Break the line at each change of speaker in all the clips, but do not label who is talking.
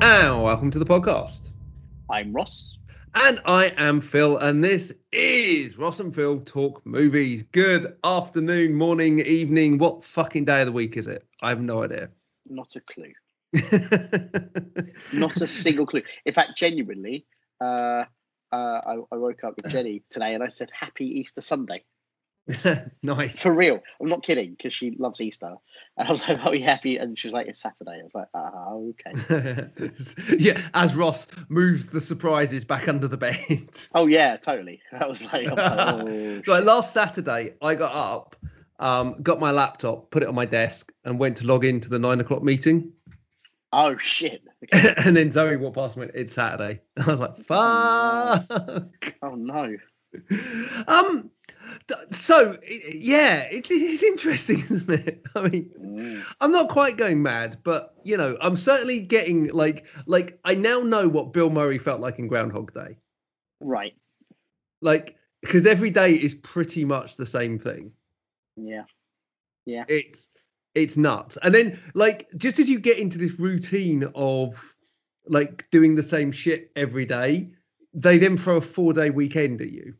now. Welcome to the podcast.
I'm Ross.
And I am Phil, and this is Ross and Phil Talk Movies. Good afternoon, morning, evening. What fucking day of the week is it? I have no idea.
Not a clue. Not a single clue. In fact, genuinely, uh, uh, I, I woke up with Jenny today and I said, Happy Easter Sunday.
nice.
For real. I'm not kidding because she loves Easter. And I was like, Are we happy? And she was like, It's Saturday. I was like, Ah, okay.
yeah, as Ross moves the surprises back under the bed.
Oh, yeah, totally. I was like, I was like, oh,
like last Saturday, I got up, um, got my laptop, put it on my desk, and went to log into the nine o'clock meeting.
oh, shit. Okay.
and then Zoe walked past and went, "It's Saturday." I was like, "Fuck."
Oh, no.
um. th- So i- yeah, it, it's interesting, isn't it? I mean,
Mm.
I'm not quite going mad, but you know, I'm certainly getting like like I now know what Bill Murray felt like in Groundhog Day.
Right.
Like because every day is pretty much the same thing.
Yeah.
It's it's nuts. And then like just as you get into this routine of like doing the same shit every day, they then throw a four-day weekend at you.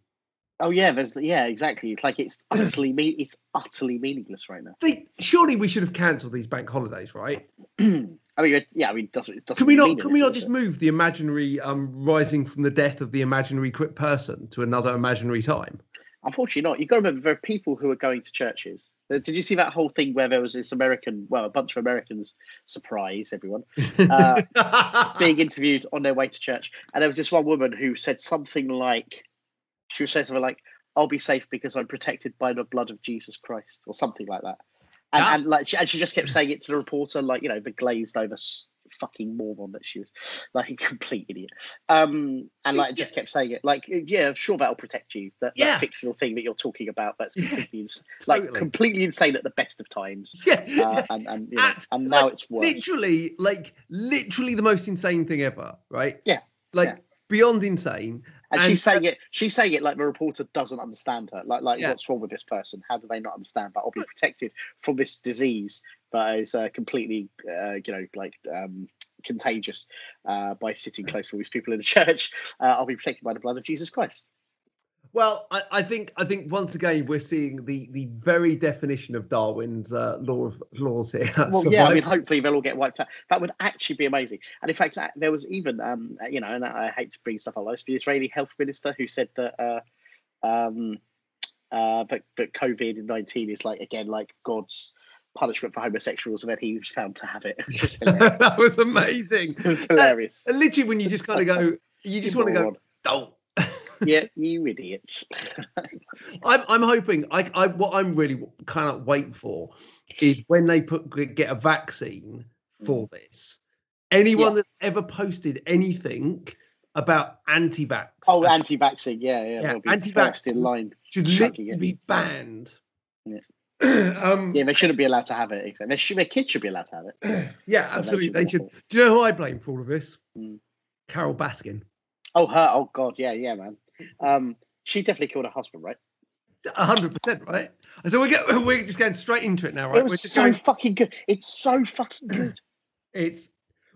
Oh yeah, there's yeah, exactly. It's like it's utterly mean. It's utterly meaningless right now.
They surely we should have cancelled these bank holidays, right?
I mean, yeah, I mean, it doesn't it doesn't
Can we
mean
not can we
anything,
not
does
just
it?
move the imaginary um rising from the death of the imaginary cri- person to another imaginary time?
Unfortunately, not. You've got to remember there are people who are going to churches. Uh, Did you see that whole thing where there was this American, well, a bunch of Americans, surprise everyone, uh,
Ah.
being interviewed on their way to church, and there was this one woman who said something like, she was saying something like, "I'll be safe because I'm protected by the blood of Jesus Christ," or something like that. And,
Yeah.
and like, she, and she just kept saying it to the reporter, like you know, the glazed over s- fucking moron that she was, like a complete idiot. Um, and like, just kept saying it, like, yeah, sure, that'll protect you. That, that
Yeah.
fictional thing that you're talking about, that's
Yeah,
completely, ins- like
Totally.
completely insane at the best of times.
yeah.
Uh, and and, you know,
At-
and now
like,
it's worse.
literally like literally the most insane thing ever, right?
Yeah,
Like
yeah.
beyond insane.
and,
And-
she's saying it she's saying it like the reporter doesn't understand her like like
Yeah.
what's wrong with this person how do they not understand that i'll be protected from this disease that is uh, completely uh, you know like um contagious uh, by sitting close to all these people in the church uh, i'll be protected by the blood of jesus christ
Well, I, I think I think once again we're seeing the the very definition of Darwin's uh, law of laws here.
well yeah i mean
Survival-
hopefully they'll all get wiped out that would actually be amazing and in fact uh, there was even um you know and i I hate to bring stuff up like this, but the israeli health minister who said that uh um uh, but but COVID nineteen is like again like God's punishment for homosexuals, and then he was found to have it. It was just hilarious.
that was amazing.
It was hilarious.
And literally, when you just kind of go, you just want to go,
Moron.
don't.
yeah, you idiots.
I'm I'm hoping I I what I'm really kind of wait for is when they put get a vaccine for this. Anyone
Mm. Yeah.
that's ever posted anything about anti-vax
Oh, anti-vaccine. Yeah, yeah.
Yeah,
they'll be
anti-vax.
first in line.
should
chucking
literally
it.
be banned.
Yeah.
um,
Yeah, they shouldn't be allowed to have it. Exactly. They should, their kids should be allowed to have it.
Yeah,
But
absolutely. They
that's
should.
awful.
Do you know who I blame for all of this?
Mm.
Carol Baskin.
Oh, her. Oh, God. Yeah, yeah, man. Um, she definitely killed her husband, right?
A hundred percent, right? So we're go- we're just going straight into it now, right?
it
We're
was
just
so
going-
fucking good. It's so fucking good.
it's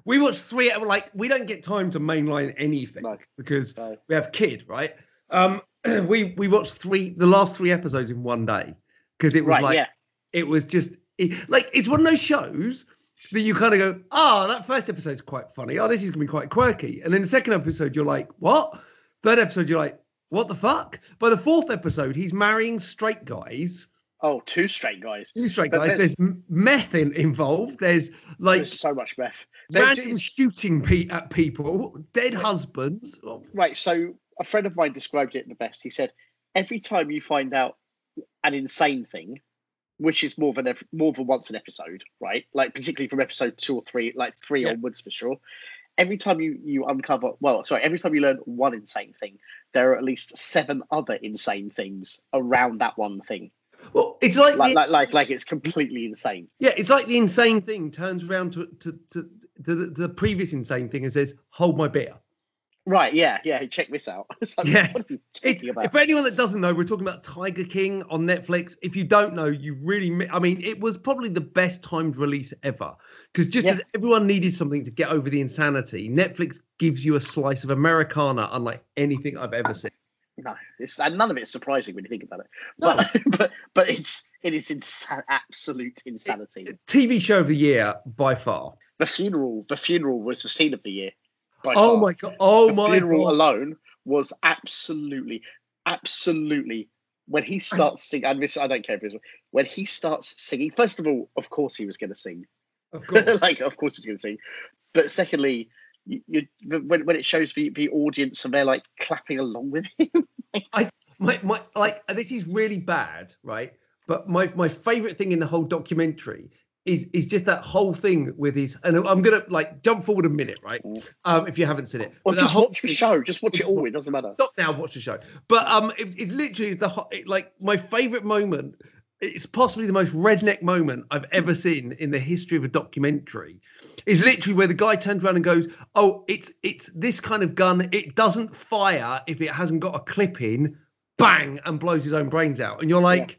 we watched three. Like we don't get time to mainline anything
No.
because
So,
we have kid, right? Um, we we watched three the last three episodes in one day because it was
right.
like
yeah.
it was just it, like it's one of those shows that you kind of go, ah, that first episode's quite funny. Oh, this is gonna be quite quirky. And then the second episode, you're like, what? Third episode, you're like, what the fuck? By the fourth episode, he's marrying straight guys,
Oh, two straight guys.
two straight
But
guys. There's,
there's-
m meth in, involved. There's like
There's so much meth. They
random
do-
shooting pe- at people, dead husbands. Oh,
Right. So a friend of mine described it the best. He said, every time you find out an insane thing, which is more than ev- more than once an episode, right? Like particularly from episode two or three, like three
Yeah.
onwards for sure. Every time you you uncover, well, sorry, every time you learn one insane thing, there are at least seven other insane things around that one thing.
Well, it's like,
Like
the-
like like like it's completely insane.
yeah, it's like the insane thing turns around to to, to, to the, the previous insane thing and says, hold my beer.
Right, yeah, yeah. Check this out. It's like,
Yeah.
what are you
It's,
talking about?
For anyone that doesn't know, we're talking about Tiger King on Netflix. If you don't know, you really, mi- I mean, it was probably the best timed release ever. Because just
Yeah.
as everyone needed something to get over the insanity, Netflix gives you a slice of Americana unlike anything I've ever seen.
No, it's, and none of it's surprising when you think about it.
No.
But but but it's it is insa- absolute insanity.
TV show of the year by far.
the funeral, the funeral was the scene of the year. by
oh
far.
my god! Oh
the
my
funeral
god!
alone was absolutely, absolutely. When he starts singing, and this I don't care if it's when he starts singing. First of all, of course he was going to sing.
Of course.
like, of course he's going to sing. But secondly, you, you, the- when when it shows the, the audience and they're like clapping along with him.
my my like this is really bad, right? But my my favorite thing in the whole documentary is is just that whole thing with his. And I'm gonna like jump forward a minute, right?
Mm.
Um, if you haven't seen it, But
Or
that
just
whole
watch the
thing-
show. Just watch it
Just
all.
watch-
It doesn't matter.
Stop now, watch the show. But um, it, it's literally the hot, it, like my favorite moment. It's possibly the most redneck moment I've ever seen in the history of a documentary. Is literally where the guy turns around and goes, "Oh, it's it's this kind of gun. It doesn't fire if it hasn't got a clip in." Bang, and blows his own brains out. And you're like,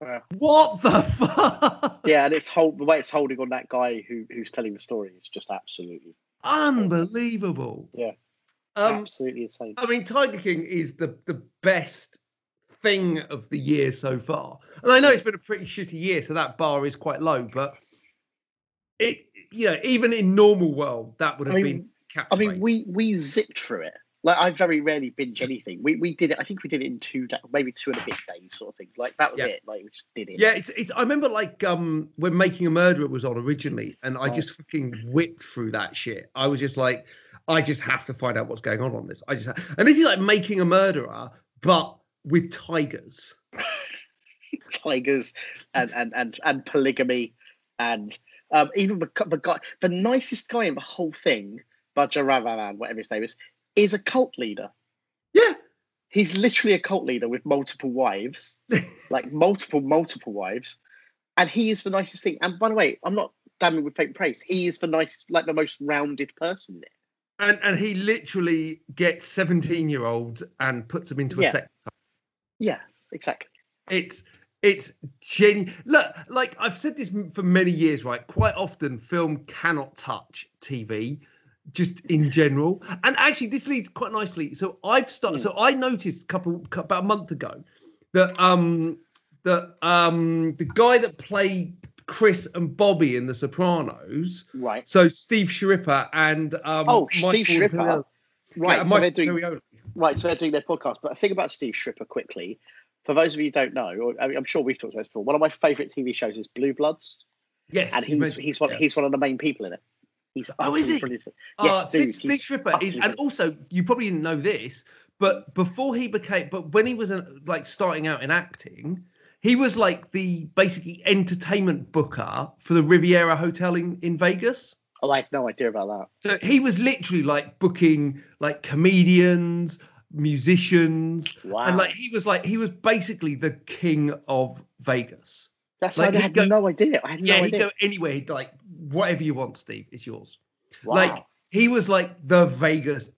Yeah.
"What the fuck?
Yeah, and it's hold the way it's holding on that guy who who's telling the story is just absolutely,
Unbelievable."
Yeah.
Um,
absolutely insane.
I mean, Tiger King is the the best thing of the year so far, and I know it's been a pretty shitty year, so that bar is quite low. But it, you know, even in normal world, that would
I
have been
mean, I
captured.
mean, we we zipped through it. Like I very rarely binge anything. We we did it. I think we did it in two, da- maybe two and a bit days, sort of thing. Like that was
Yeah.
it. Like we just did it.
yeah, it's, it's. I remember like um when Making a Murderer was on originally, and I
Oh.
just fucking whipped through that shit. I was just like, I just have to find out what's going on on this. I just, ha- and this is like Making a Murderer, but with tigers.
Tigers and and and and polygamy and um even the, cu- the guy, the nicest guy in the whole thing, Bajaravan, whatever his name is, is a cult leader.
Yeah.
he's literally a cult leader with multiple wives, like multiple, multiple wives, and he is the nicest thing. And by the way, I'm not damning with faint praise. He is the nicest, like the most rounded person. in it.
And and he literally gets 17 year olds and puts them into
Yeah.
a sex. cult.
Yeah, exactly.
It's it's genu Look, like I've said this m- for many years, right? Quite often, film cannot touch TV, just in general. And actually, this leads quite nicely. So I've started.
Hmm.
So I noticed a couple cou- about a month ago that um that um the guy that played Chris and Bobby in The Sopranos.
Right.
So Steve Sharippa and um
Oh, Steve
Michael
Sharippa.
Right,
Right. so they're doing right. So they're doing their podcast. But a thing about Steve Shripper, quickly, for those of you who don't know, or, I mean, I'm sure we've talked about this before. One of my favourite TV shows is Blue Bloods,
Yes,
and
you
he's
mentioned-
he's one
yeah.
he's one of the main people in it. He's
Oh, is
utterly
he?
brilliant.
Uh,
yes, dude,
Steve,
he's
Steve Shripper is,
utterly
and
brilliant.
also you probably didn't know this, but before he became, but when he was uh, like starting out in acting, he was like the basically entertainment booker for the Riviera Hotel in in Vegas.
Oh, I had no idea about that.
So he was literally like booking like comedians, musicians,
Wow.
and like he was like he was basically the king of Vegas.
That's
like,
I
he'd
had
go-
no idea. I had
Yeah,
no
he'd
idea.
go anywhere. He'd like whatever you want, Steve. It's yours.
Wow.
Like he was like the Vegas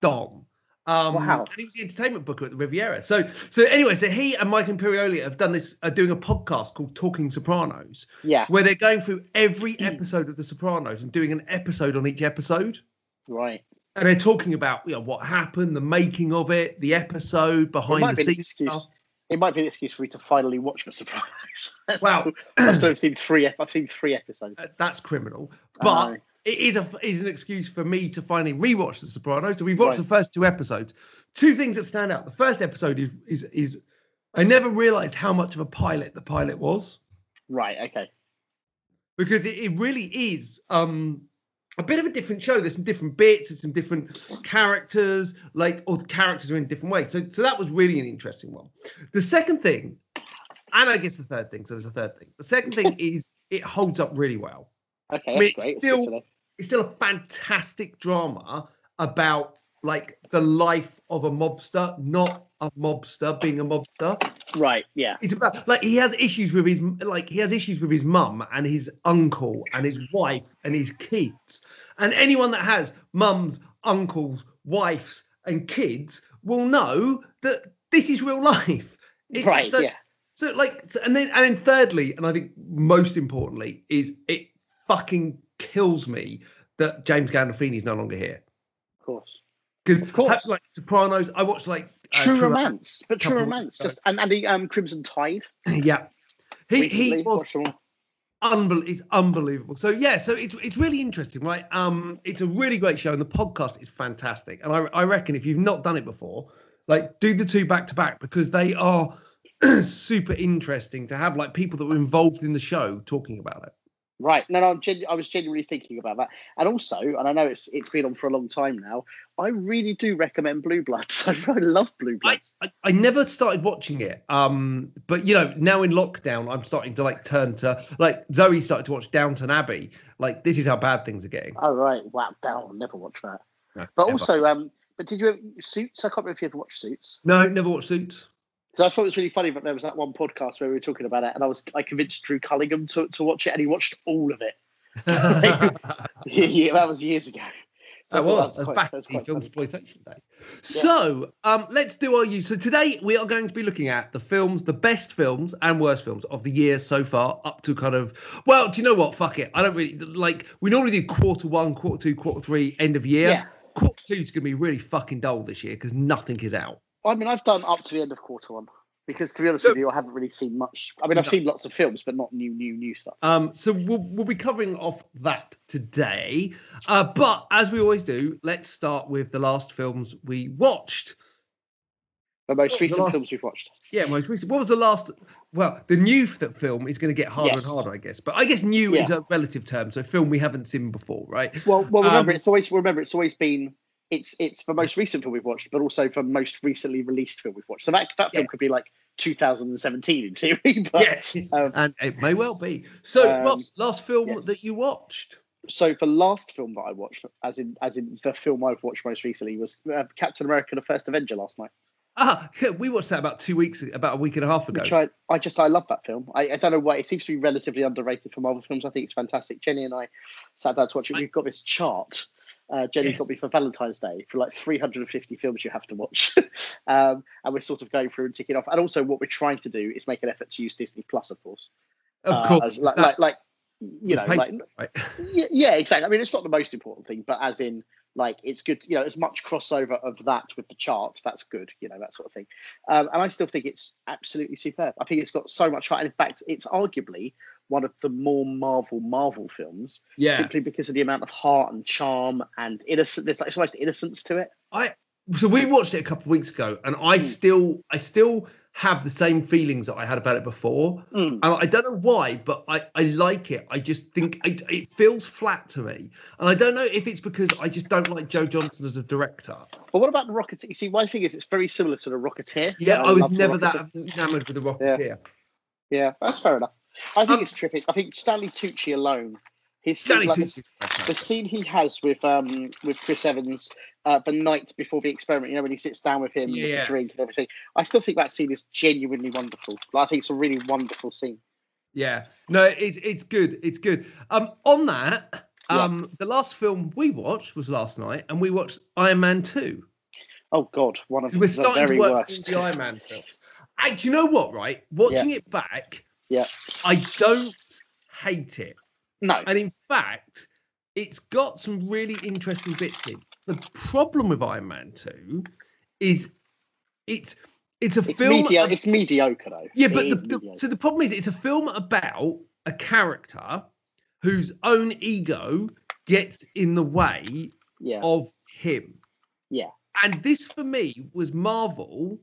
dom. Um,
Wow.
And he was the entertainment booker at the Riviera. So, so anyway, so he and Mike Imperioli have done this, are doing a podcast called Talking Sopranos,
yeah.
where they're going through every
Hmm.
episode of The Sopranos and doing an episode on each episode.
Right.
And they're talking about you know what happened, the making of it, the episode
It might
behind
be
the
an
scenes.
excuse.
stuff.
It might be an excuse for me to finally watch The Sopranos.
Wow.
I've still seen three. ep- I've seen three episodes. Oh,
Uh, That's criminal,
I
but
know.
it is a is an excuse for me to finally rewatch The Sopranos. So we've watched
Right.
the first two episodes. Two things that stand out. The first episode is is is I never realized how much of a pilot the pilot was
right, okay,
because it, it really is um a bit of a different show. There's some different bits, there's some different characters, like or the characters are in different ways. So so that was really an interesting one. The second thing, and I guess the third thing, so there's a third thing. The second thing is it holds up really well
okay,
mean,
that's
it's
great. It's
still-
good to know.
it's still a fantastic drama about like the life of a mobster, not a mobster being a mobster.
Right, yeah,
It's about like he has issues with his like he has issues with his mum and his uncle and his wife and his kids and anyone that has mums, uncles, wives, and kids will know that this is real life. It's-
right,
so-
yeah.
so like, so- and then and then thirdly, and I think most importantly, is it fucking kills me that James Gandolfini's no longer here
Of course.
because
Of course.
like Sopranos, I watched like uh,
True Romance, but True
couple of weeks
Romance, just and, and the um, Crimson Tide.
yeah. He,
recently.
he was
Watched them all.
unbel- it's unbelievable. So yeah, so it's it's really interesting, right? Um, it's a really great show, and the podcast is fantastic. And I I reckon if you've not done it before, like do the two back to back because they are super interesting to have like people that were involved in the show talking about it.
Right. No, no, I'm genu- I was genuinely thinking about that. And also, and I know it's it's been on for a long time now, I really do recommend Blue Bloods. I really love Blue
I,
Bloods.
I, I never started watching it. Um, but you know, now in lockdown, I'm starting to like turn to like Zoe started to watch Downton Abbey. Like this is how bad things are getting.
oh, right. Wow, down. I'll never watch that.
No,
But
never.
also, um, but did you ever Suits? I can't remember if you ever watched Suits.
no, never watched Suits.
Because I thought it was really funny that there was that one podcast where we were talking about it, and I was I convinced Drew Cullingham to, to watch it, and he watched all of it.
that
yeah, yeah, that was years ago. So I thought
was, that's
quite-
back
that was
in
quite
film
funny.
exploitation days.
Yeah.
So, um, let's do our use. So today we are going to be looking at the films, the best films and worst films of the year so far, up to kind of. Well, do you know what? Fuck it. I don't really like. We normally do quarter one, quarter two, quarter three, end of year.
Yeah.
Quarter two is going to be really fucking dull this year because nothing is out.
I mean, I've done up to the end of quarter one because, to be honest
So-
with you, I haven't really seen much. I mean, I've
No.
seen lots of films, but not new, new, new stuff.
Um, so we'll, we'll be covering off that today. Uh, but as we always do, let's start with the last films we watched. Oh,
The most
the
recent
last-
films we've watched.
Yeah, most recent. What was the last? Well, the new f- film is going to get harder
Yes.
and harder, I guess. But I guess new
Yeah.
is a relative term, so film we haven't seen before, right?
Well, well, remember,
Um,
it's always remember it's always been it's it's the most recent film we've watched, but also the most recently released film we've watched. So that that film
Yeah.
could be like 2017 in theory. But
yes,
um,
and it may well be. So,
um,
Ross, last film
yes.
that you watched?
so the last film that I watched, as in as in the film I've watched most recently, was uh, Captain America: The First Avenger last night.
Ah, yeah, we watched that about two weeks, about a week and a half ago.
Which I, I just I love that film. I, I don't know why it seems to be relatively underrated for Marvel films. I think it's fantastic. Jenny and I sat down to watch it.
I-
We've got this chart. Uh, Jenny
Yes.
got me for Valentine's Day for like 350 films you have to watch, um, and we're sort of going through and ticking off. And also, what we're trying to do is make an effort to use Disney Plus, of course.
of
Uh,
course,
as like,
that-
like like
the
you know,
paper,
like
right?
yeah, yeah, exactly. I mean, it's not the most important thing, but as in, like, it's good. You know, as much crossover of that with the charts, that's good. You know, that sort of thing. Um, and I still think it's absolutely superb. I think it's got so much heart. And in fact, it's arguably one of the more Marvel Marvel films,
yeah.
simply because of the amount of heart and charm and innocent. There's like so much innocence to it.
so we watched it a couple of weeks ago and i
Mm.
still i still have the same feelings that i had about it before
Mm.
and i don't know why but i i like it i just think it, it feels flat to me and i don't know if it's because i just don't like joe johnson as a director
But what about the Rocketeer? You see, my thing is, it's very similar to the Rocketeer.
yeah
And
i was
love The
never
Rocketeer.
that enamored with the rocketeer
Yeah, that's fair enough. I think
Um,
it's terrific. I think Stanley Tucci alone, his scene,
Stanley
like,
Tucci's
the
fantastic.
scene he has with um with Chris Evans uh, the night before the experiment, you know, when he sits down with him
Yeah,
with
yeah.
the drink and everything. I still think that scene is genuinely wonderful. Like, I think it's a really wonderful scene.
yeah no it's it's good it's good um on that
Yeah.
um the last film we watched was last night and we watched iron man 2
Oh God, one of
we're
the
starting
very
to work
worst.
through the Iron Man film. And do you know what? Right, watching it back,
Yeah.
I don't hate it,
No,
and in fact, it's got some really interesting bits in. The problem with Iron Man Two is it's it's a
it's
film.
mediocre. It's mediocre though.
yeah,
It
but
is
the, the,
mediocre.
so the problem is it's a film about a character whose own ego gets in the way
yeah,
of him.
Yeah.
And this for me was Marvel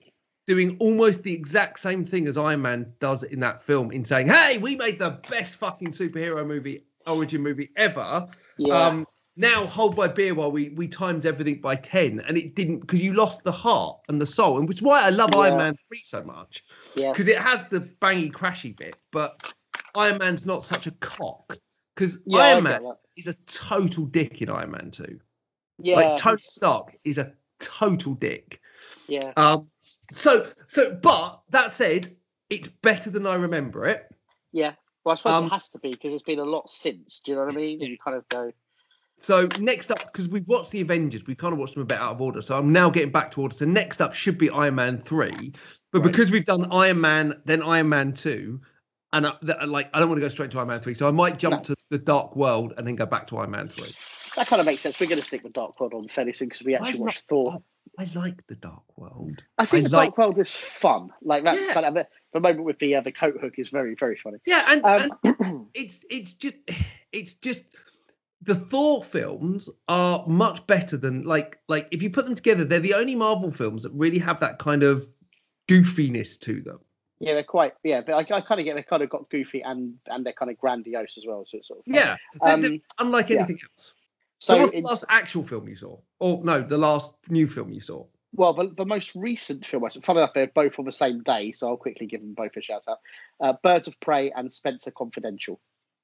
doing almost the exact same thing as Iron Man does in that film in saying, "Hey, we made the best fucking superhero movie origin movie ever.
yeah.
Um now hold my beer while we we times everything by 10 and it didn't because you lost the heart and the soul and which is why I love Iron
Yeah.
Man 3 so much
yeah.
because it has the bangy crashy bit but Iron Man's not such a cock because
Yeah, I
Iron
get
Man
that.
is a total dick in Iron Man 2
Yeah,
like Tony
he's-
Stark is a total dick.
yeah,
Um, so so, but that said, it's better than I remember it.
yeah. Well, I suppose
um,
it has to be because there's been a lot since. Do you know what I mean? And you kind of go,
So next up, because we've watched the Avengers, we kind of watched them a bit out of order. So I'm now getting back to order. So next up should be Iron Man three, but
Right.
because we've done Iron Man, then Iron Man two, and I, that- like I don't want to go straight to Iron Man three, so I might jump
No.
to the Dark World and then go back to Iron Man three.
That kind of makes sense. We're going to stick with Dark World on fairly soon because we
I've
actually
not-
watched Thor.
I like the Dark World.
I
I
think the Dark World is fun. Like that's
Yeah.
kind of the moment with the uh, the coat hook is very very funny.
Yeah, and,
Um,
and it's it's just it's just the Thor films are much better than like like if you put them together, they're the only Marvel films that really have that kind of goofiness to them.
yeah, they're quite yeah, but I, I kind of get they kind of got goofy and and they're kind of grandiose as well. So it's sort of fun.
Yeah, they're- they're
Um,
unlike
yeah.
anything else. So,
so
what's the
it's,
last actual film you saw? Or no, the last new film you saw?
well, the, the most recent film. Fun enough, they're both on the same day, so I'll quickly give them both a shout out. Uh, Birds of Prey and Spencer Confidential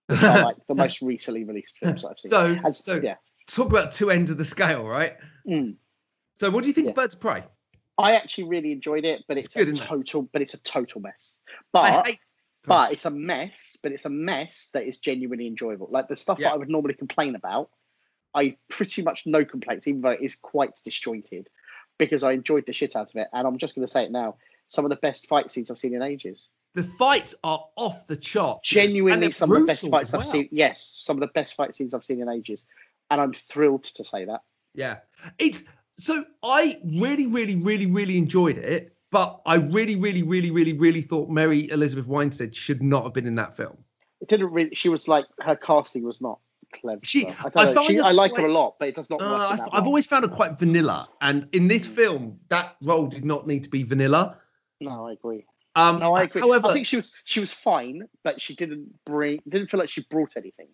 are like the most recently released films I've seen.
so,
And-
so
yeah.
talk about two ends of the scale, right?
Mm.
So, what do you think
Yeah.
of Birds of Prey?
I actually really enjoyed it, but
It's
it's,
good,
a
isn't it?
total, but it's a total mess.
I
But
hate-
Oh, but it's a mess, but it's a mess that is genuinely enjoyable. Like the stuff
Yeah.
that I would normally complain about, I pretty much no complaints, even though it is quite disjointed, because I enjoyed the shit out of it. And I'm just going to say it now: some of the best fight scenes I've seen in ages.
the fights are off the chart.
Genuinely,
Mm. And
some of the best
brutal as
fights I've
well.
seen. Yes, some of the best fight scenes I've seen in ages, and I'm thrilled to say that.
Yeah. It's so I really, really, really, really enjoyed it, but I really, really, really, really, really thought Mary Elizabeth Winstead should not have been in that film.
It didn't really. She was like her casting was not clever.
She-
I
I
don't know.
found
She,
her
I like her
quite-
a lot, but it does not
Uh,
work. in
I-
that Mm.
I've
role.
always found her quite vanilla, and in this film, that role did not need to be vanilla.
No, I agree.
Um,
No, I agree.
However,
I think she was she was fine, but she didn't bring didn't feel like she brought anything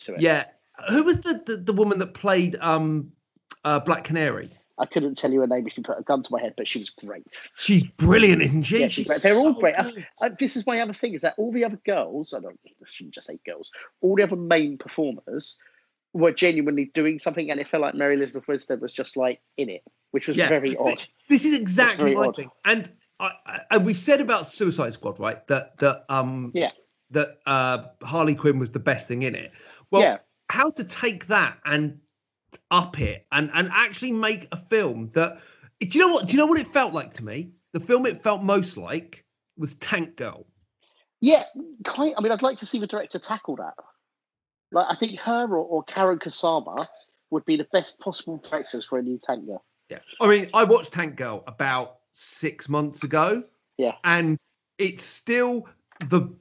to it.
yeah, who was the, the the woman that played um uh Black Canary?
I couldn't tell you her name if you put a gun to my head, but she was great.
She's brilliant, isn't she?
Yeah, she's great. They're all great. Uh, this is my other thing is that all the other girls, I don't I shouldn't just say girls, all the other main performers were genuinely doing something, and it felt like Mary Elizabeth Winstead was just like in it, which was
Yeah.
very odd.
This is exactly
very
my
odd.
thing. And I, I, and we've said about Suicide Squad, right? That that um
Yeah.
that uh Harley Quinn was the best thing in it. Well,
yeah,
how to take that and up it and and actually make a film that do you know what do you know what it felt like to me? The film it felt most like was Tank Girl.
yeah. Quite, I mean, I'd like to see the director tackle that. Like, I think her or, or Karen Kasama would be the best possible directors for a new Tank Girl.
Yeah. I mean, I watched Tank Girl about six months ago.
Yeah.
And it's still the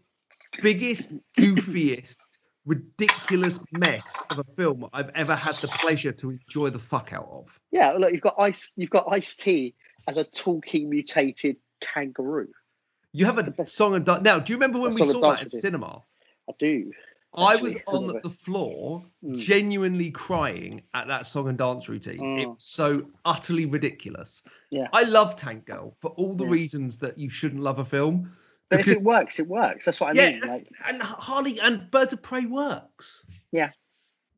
biggest, goofiest, ridiculous mess of a film I've ever had the pleasure to enjoy the fuck out of.
Yeah, look, you've got ice. You've got Ice T as a talking mutated kangaroo.
You have a song and dance. Now, do you remember when
A
we
song and
saw
dance
that
we
at
did.
cinema?
I do.
I was
Actually, I
on
remember.
the floor
Mm.
genuinely crying at that song and dance routine. It
Mm.
was so utterly ridiculous.
Yeah.
I love Tank Girl for all the
Yeah.
reasons that you shouldn't love a film.
But if
because-
it works, it works. That's what I
Yeah,
mean.
that's-
Like,
and Harley and Birds of Prey works.
Yeah.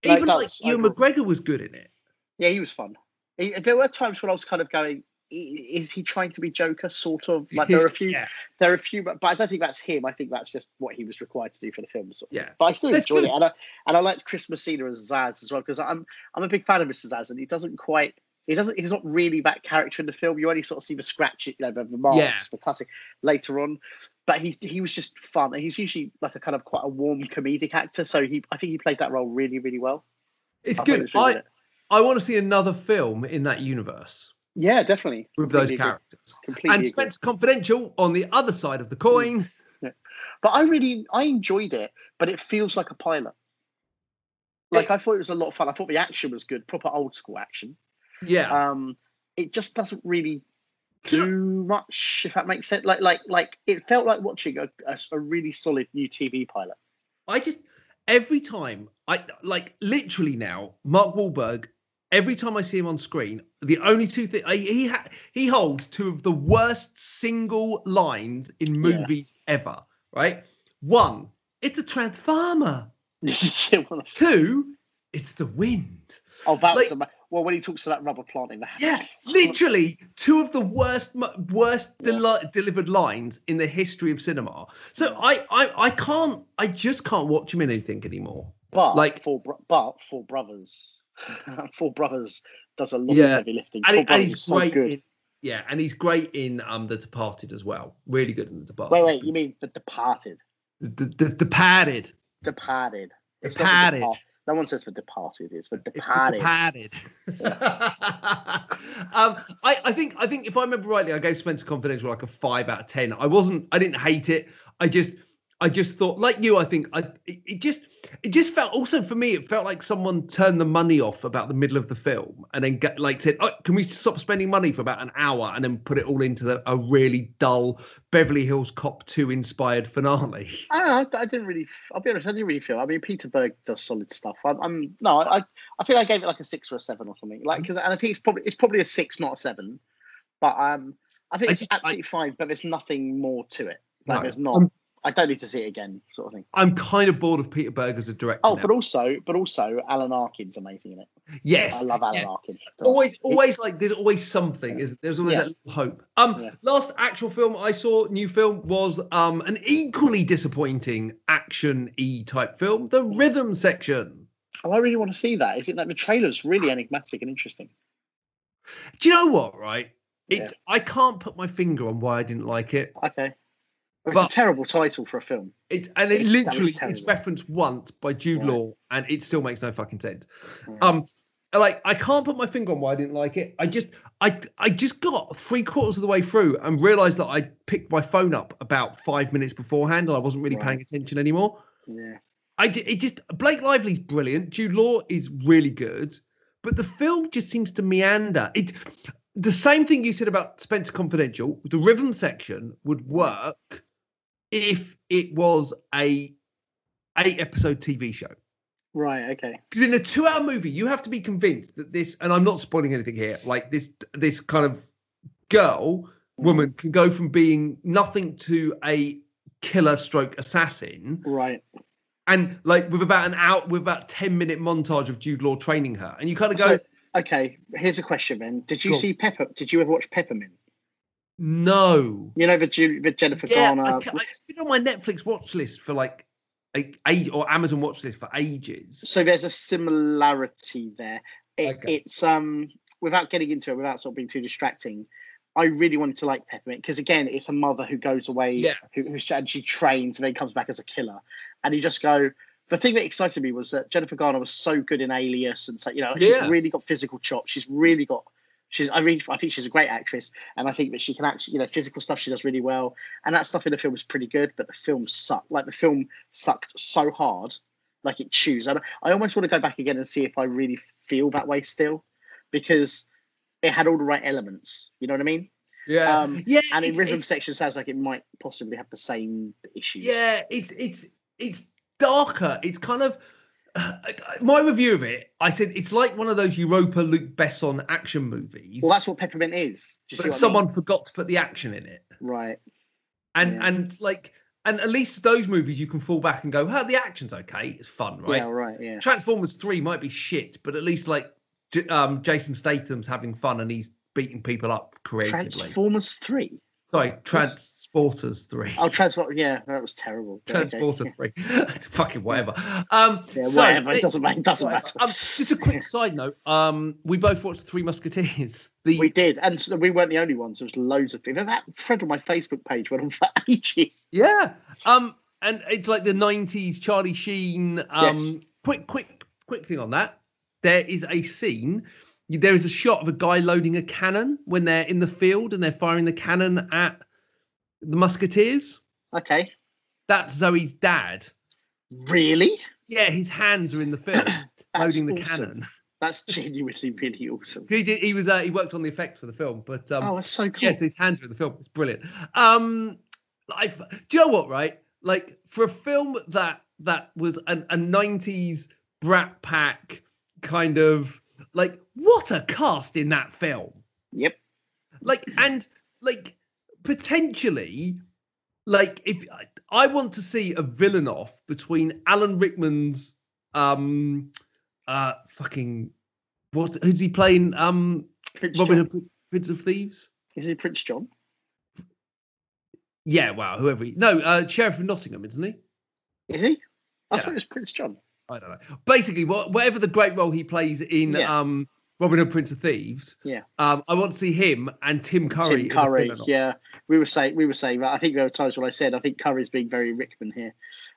Like,
Even like
that's- I
Ewan
agree.
McGregor was good in it.
yeah, he was fun. He- there were times when I was kind of going, "I- "Is he trying to be Joker?" Sort of. Like there are a few.
Yeah.
There are a few, but, but I don't think that's him. I think that's just what he was required to do for the film. Sort of.
Yeah.
But I still
That's
enjoyed
good.
it, and I and I liked Chris Messina as Zaz as well because I'm I'm a big fan of Mr. Zaz, and he doesn't quite. He doesn't. He's not really that character in the film. You only sort of see the scratch, you know, the the marks,
Yeah.
the classic later on. But he he was just fun, and he's usually like a kind of quite a warm comedic actor. So he, I think he played that role really, really well.
It's
I thought he
good.
was really
I,
good at it.
I want to see another film in that universe
yeah, definitely
with those
Completely agree.
characters.
Completely
and
agree. Mm.
Spencer Confidential on the other side of the coin.
But I really I enjoyed it, but it feels like a pilot. Like I thought it was a lot of fun. I thought the action was good, proper old school action.
Yeah.
Um, it just doesn't really
Do you know-
do much, if that makes sense. Like like like it felt like watching a, a, a really solid new TV pilot.
I just every time I like literally now Mark Wahlberg. Every time I see him on screen, the only two things he ha- he holds two of the worst single lines in
Yeah.
movies ever. Right? One, it's a transformer. Two, it's the wind.
oh, that
Like-
was ama- well when he talks to that rubber plant in the house.
Yeah, literally two of the worst, mo- worst
Yeah.
deli- delivered lines in the history of cinema. So I, I, I can't, I just can't watch him in anything anymore.
But
like-
like four, bro- but four brothers Four Brothers does a lot of
Yeah.
heavy lifting.
And,
Four
he- and
Brothers
he's
is so
great.
good.
In, yeah, and he's great in um The Departed as well. Really good in The Departed.
Wait, wait, you mean The Departed?
The, the, the Departed.
Departed. It's not The
Departed.
Depart- No one says The Departed. It's The
It's
Departed.
The Departed. um, I, I think I think if I remember rightly, I gave Spencer Confidential like a five out of ten. I wasn't. I didn't hate it. I just I just thought like you. I think I it, it just it just felt also for me it felt like someone turned the money off about the middle of the film and then get, like said, oh, can we stop spending money for about an hour and then put it all into the, a really dull Beverly Hills Cop two inspired finale.
I don't know. I I didn't really. f- I'll be honest. I didn't really feel. I mean, Peter Berg does solid stuff. I'm. I'm no. I. I think I gave it like a six or a seven or something.
Mm.
Like, because and I think it's probably it's probably a six, not a seven. But um, I think
I
it's
just- I-
absolutely fine. But there's nothing more to it. Like,
No.
there's not.
Um,
I don't need to see it again, sort of thing.
I'm kind of bored of Peter Berg as a director.
Oh,
now.
but also, but also, Alan Arkin's amazing in it.
yes,
I love Alan
yeah.
Arkin.
always always like there's always something is there's always
Yeah.
that little hope um
Yeah.
last actual film i saw new film was um an equally disappointing action e type film the rhythm section
Oh, I really want to see that. Is it like the trailer's really enigmatic and interesting?
do you know what right
Yeah.
it's i can't put my finger on why i didn't like it
Okay. It's
But-
a terrible title for a film.
It's and it
It's- that was
literally it's
terrible.
referenced once by Jude
Yeah.
Law, and it still makes no fucking sense.
Yeah.
Um, like I can't put my finger on why I didn't like it. I just I I just got three quarters of the way through and realized that I picked my phone up about five minutes beforehand, and I wasn't really
Right.
paying attention anymore.
Yeah.
I ju- it just Blake Lively's brilliant. Jude Law is really good, but the film just seems to meander. It the same thing you said about Spencer Confidential. The rhythm section would work if it was a eight episode TV show.
Right. Okay.
Because in a two hour movie, you have to be convinced that this, and I'm not spoiling anything here. Like this this kind of girl woman can go from being nothing to a killer stroke assassin
Right.
and like with about an out with about 10 minute montage of jude law training her and you kind of go
So, okay, here's a question, man. Did you
Go on.
see Pepper? Did you ever watch Peppermint?
no
You know the, Ju- the Jennifer
yeah I,
Garner.
ca- I- it's been on my netflix watch list for like like age or amazon watch list for ages
so there's a similarity there. It,
Okay.
It's um without getting into it, without sort of being too distracting. I really wanted to like Peppermint because again, it's a mother who goes away,
Yeah.
who, who and she trains and then comes back as a killer. And you just go. The thing that excited me was that Jennifer Garner was so good in Alias, and so you know
Yeah.
she's really got physical chops. She's really got. She's. I really. I think she's a great actress, and I think that she can actually, you know, physical stuff she does really well. And that stuff in the film was pretty good, but the film sucked. Like the film sucked so hard like it chews. And I almost want to go back again and see if I really feel that way still, because it had all the right elements. You know what I mean?
yeah
um,
yeah
And in
it's-
rhythm
it's-
section sounds like it might possibly have the same issues.
yeah it's it's it's darker it's kind of my review of it i said it's like one of those europa luke besson action movies
Well, that's what peppermint is.
but
Do you see what I mean?
someone forgot to put the action in it
right?
and
Yeah.
and like and at least those movies you can fall back and go, "Huh, the action's okay. It's fun, right?"
Yeah, right. Yeah.
Transformers Three might be shit, but at least like J- um, Jason Statham's having fun and he's beating people up creatively.
Transformers Three.
Sorry, Transporters Three.
Oh, Transform. Yeah, that was terrible. Okay.
Transporter Three. Fucking whatever. Um,
Yeah,
so,
whatever.
they-
it doesn't matter. Doesn't
whatever.
matter.
Um, just a quick side note. Um, we both watched Three Musketeers. The
We did, and so we weren't the only ones. There was loads of people. That thread on my Facebook page went on for ages.
Yeah. Um, and it's like the '90s Charlie Sheen. Um,
Yes.
quick, quick, quick thing on that. There is a scene. There is a shot of a guy loading a cannon when they're in the field and they're firing the cannon at the musketeers.
Okay,
That's Zoe's dad.
really?
Yeah, his hands are in the film
That's
loading the
awesome.
cannon.
That's genuinely really awesome.
He did, he was uh, he worked on the effects for the film, but um,
oh, that's so cool.
Yes, his hands were in the film. It's brilliant. Um, I, do you know what? Right, like for a film that that was an, a '90s brat pack kind of like what a cast in that film.
Yep.
Like and like potentially, like if I want to see a villain off between Alan Rickman's um uh fucking what who's he playing um
Prince
Robin
John.
Hood Prince- Prince of Thieves.
Is it Prince John?
Yeah, wow, whoever he, no, uh, Sheriff of Nottingham, isn't he?
Is he? I
Yeah.
thought it was Prince John.
I don't know. Basically, wha- whatever the great role he plays in
Yeah.
um, Robin Hood, Prince of Thieves.
Yeah.
Um, I want to see him and Tim Curry. in
Tim
a
Curry.
villain.
Yeah, we were saying we were saying that. I think there were times when I said I think Curry's being very Rickman here,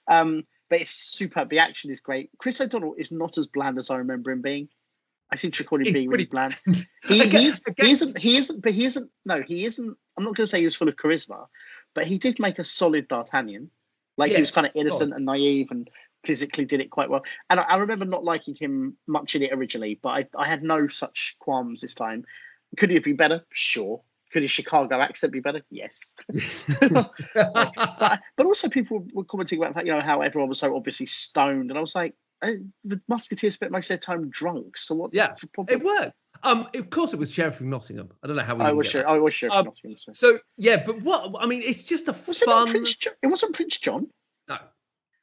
um, but it's superb. The action is great. Chris O'Donnell is not as bland as I remember him being. I seem to recall him
He's
being
pretty-
really bland. He,
Again-
he's,
again-
he isn't. He isn't. But he isn't. No, he isn't. I'm not going to say he was full of charisma, but he did make a solid D'Artagnan. Like he was
Yes,
kind of innocent
Oh.
and naive and physically did it quite well. And I, I remember not liking him much in it originally, but I, I had no such qualms this time. Could he have been better? Sure. Could his Chicago accent be better? Yes. But but also people were commenting about you know how everyone was so obviously stoned, and I was like, eh, the Musketeers spent most of their time drunk. So what?
Yeah,
for problem?
it worked. Um, of course, it was Sheriff from Nottingham. I don't know how we.
I
didn't
was
get
sure.
that.
I was sure.
Um,
not to be honest with you.
So yeah, but what I mean, it's just a
Was it not
fun.
Prince John? It wasn't Prince John.
No,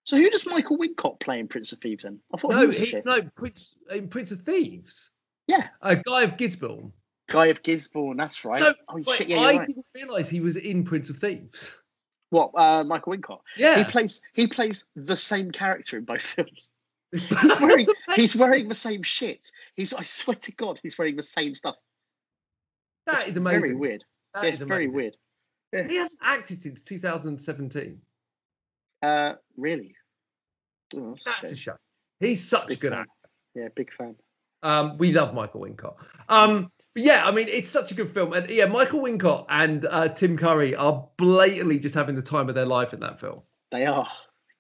So who does Michael Wincott play in Prince of Thieves then? I thought he
no,
was a
he-
shit.
no, Prince in Prince of Thieves.
Yeah.
a guy of Gisborne.
Guy of Gisborne, that's right.
So,
oh
Wait,
shit, yeah,
I
you're right.
didn't realise he was in Prince of Thieves.
What, uh, Michael Wincott? He
Yeah,
plays he plays the same character in both films. He's wearing he's wearing the same shit. He's I swear to God, he's wearing the same stuff.
That
It's
is amazing.
Very weird.
That
yeah,
is
it's very
amazing.
weird.
He hasn't acted since 2017.
Uh, really. Oh, that's a
That's
shame.
a shame. He's such a
Big
good
fan.
actor.
Yeah, big fan.
Um, we love Michael Wincott. Um, but yeah, I mean, it's such a good film, and yeah, Michael Wincott and uh, Tim Curry are blatantly just having the time of their life in that film.
They are.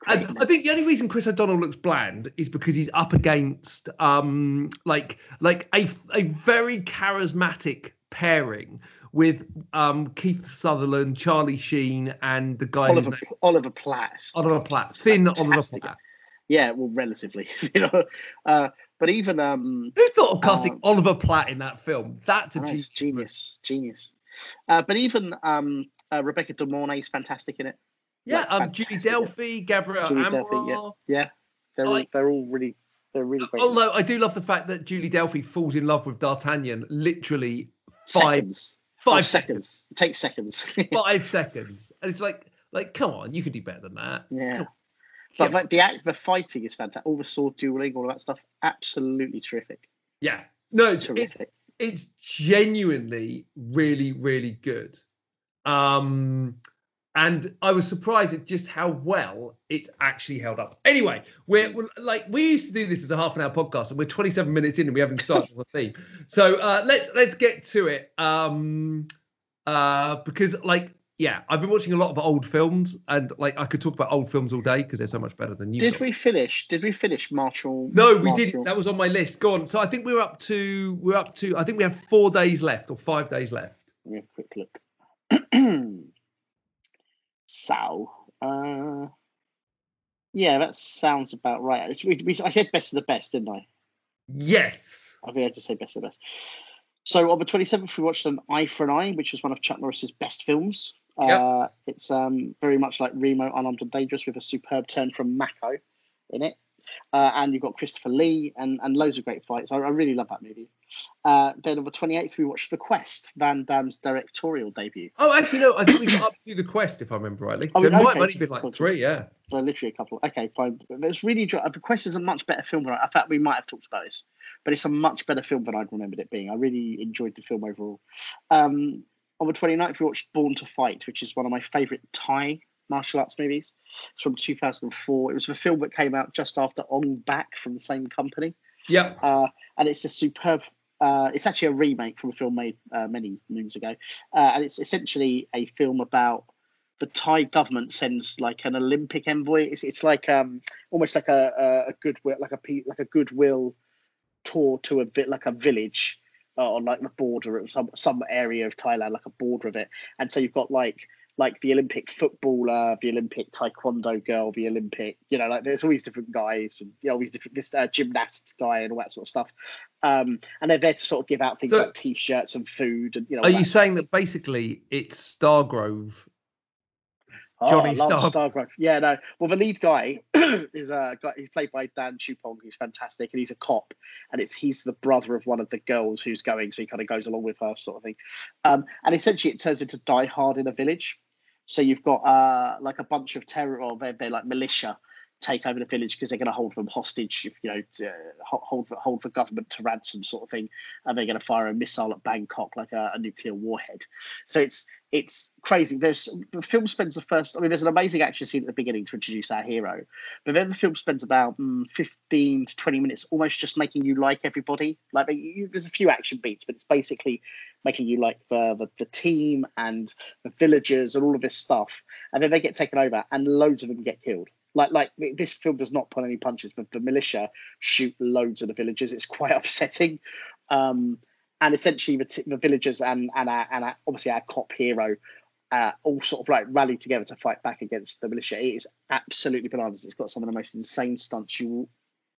Great
And I
men.
think the only reason Chris O'Donnell looks bland is because he's up against um like like a a very charismatic pairing with um Keith Sutherland, Charlie Sheen, and the guy who's
Oliver
named
Oliver Platt.
Oliver Platt, thin Oliver
Fantastic.
Platt.
Yeah, well, relatively, you know. Uh, but even um,
Who thought of casting
Um,
Oliver Platt in that film? That's a
I know, it's
genius.
genius, genius. Uh, but even um, uh, Rebecca De Mornay's fantastic in it.
Yeah,
like,
um, Judy
fantastic.
Delphi, Gabrielle
Julie
Amaro.
Delpy, yeah. Yeah, they're all,
Like-
they're all really they're really great.
Although I do love the fact that Julie Delphi falls in love with D'Artagnan literally five-
seconds,
five
Oh, seconds. It takes seconds.
five seconds. And it's like, like, come on, you can do better than that.
yeah.
Come
But,
on.
but the act, the fighting is fantastic. All the sword dueling, all of that stuff, absolutely terrific.
yeah. No, it's, it's
Terrific.
it's genuinely really, really good. Um and I was surprised at just how well it's actually held up. Anyway, we're, we're- like we used to do this as a half an hour podcast, and we're 27 minutes in and we haven't started on the theme. So uh, let's let's get to it. Um, uh, because like yeah, I've been watching a lot of old films, and like I could talk about old films all day because they're so much better than you.
Did
lot.
we finish? Did we finish Marshall?
No, we
Marshall?
didn't. That was on my list. Go on. So I think we're up to we're up to I think we have four days left or five days left.
Let me have a quick look. so, uh, yeah, that sounds about right. It's, we, we, I said best of the best, didn't I?
Yes.
I think I had to say best of the best. So on the 27th, we watched an Eye for an Eye, which was one of Chuck Norris's best films.
Yep.
Uh, it's um, very much like Remo, Unarmed and Dangerous, with a superb turn from Mako in it. Uh, and you've got Christopher Lee and, and loads of great fights. I, I really love that movie. Uh, then on the 28th, we watched The Quest, Van Damme's directorial debut.
Oh, actually, no. I think we got up to the quest, if I remember rightly.
Oh,
So it might
okay.
have only been like
Cool.
three. Yeah.
Well, literally a couple. Okay, fine. But It's really enjoy- The Quest is a much better film than I, I thought we might have talked about this, but it's a much better film than I'd remembered it being. I really enjoyed the film overall. Um, on the 29th, we watched Born to Fight, which is one of my favourite Thai martial arts movies. It's from 2004. It was a film that came out just after Ong Bak from the same company
Yep.
uh, and it's a superb. Uh, it's actually a remake from a film made uh, many moons ago, uh, and it's essentially a film about the Thai government sends like an Olympic envoy. It's, it's like um, almost like a, a, a goodwill, like a pe- like a goodwill tour to a bit like a village uh, on like the border of some some area of Thailand, like a border of it. And so you've got like like the Olympic footballer, the Olympic taekwondo girl, the Olympic, you know, like there's all these different guys and you know all these different this uh, gymnasts guy and all that sort of stuff. Um, and they're there to sort of give out things
So-
like t-shirts and food and you know.
Are
all
you
that.
saying that basically it's Stargrove?
Ah,
Johnny
Lance
Starr.
Stargrove. Yeah, no. Well, the lead guy is a guy. He's played by Dan Chupong, who's fantastic, and he's a cop, and it's he's the brother of one of the girls who's going, so he kind of goes along with her, sort of thing. Um, and essentially, it turns into Die Hard in a village. So you've got uh, like a bunch of terror, or they're, they're like militia take over the village because they're going to hold them hostage, if you know, to, uh, hold for, hold for government to ransom sort of thing, and they're going to fire a missile at Bangkok like a, a nuclear warhead. So it's it's crazy. There's the film spends the first. I mean, there's an amazing action scene at the beginning to introduce our hero, but then the film spends about mm, 15 to 20 minutes, almost just making you like everybody. Like you, there's a few action beats, but it's basically making you like the, the the team and the villagers and all of this stuff. And then they get taken over, and loads of them get killed like like this film does not pull any punches the, the militia shoot loads of the villagers it's quite upsetting um, and essentially the, t- the villagers and and our, and our, obviously our cop hero uh, all sort of like rally together to fight back against the militia it is absolutely bananas it's got some of the most insane stunts you will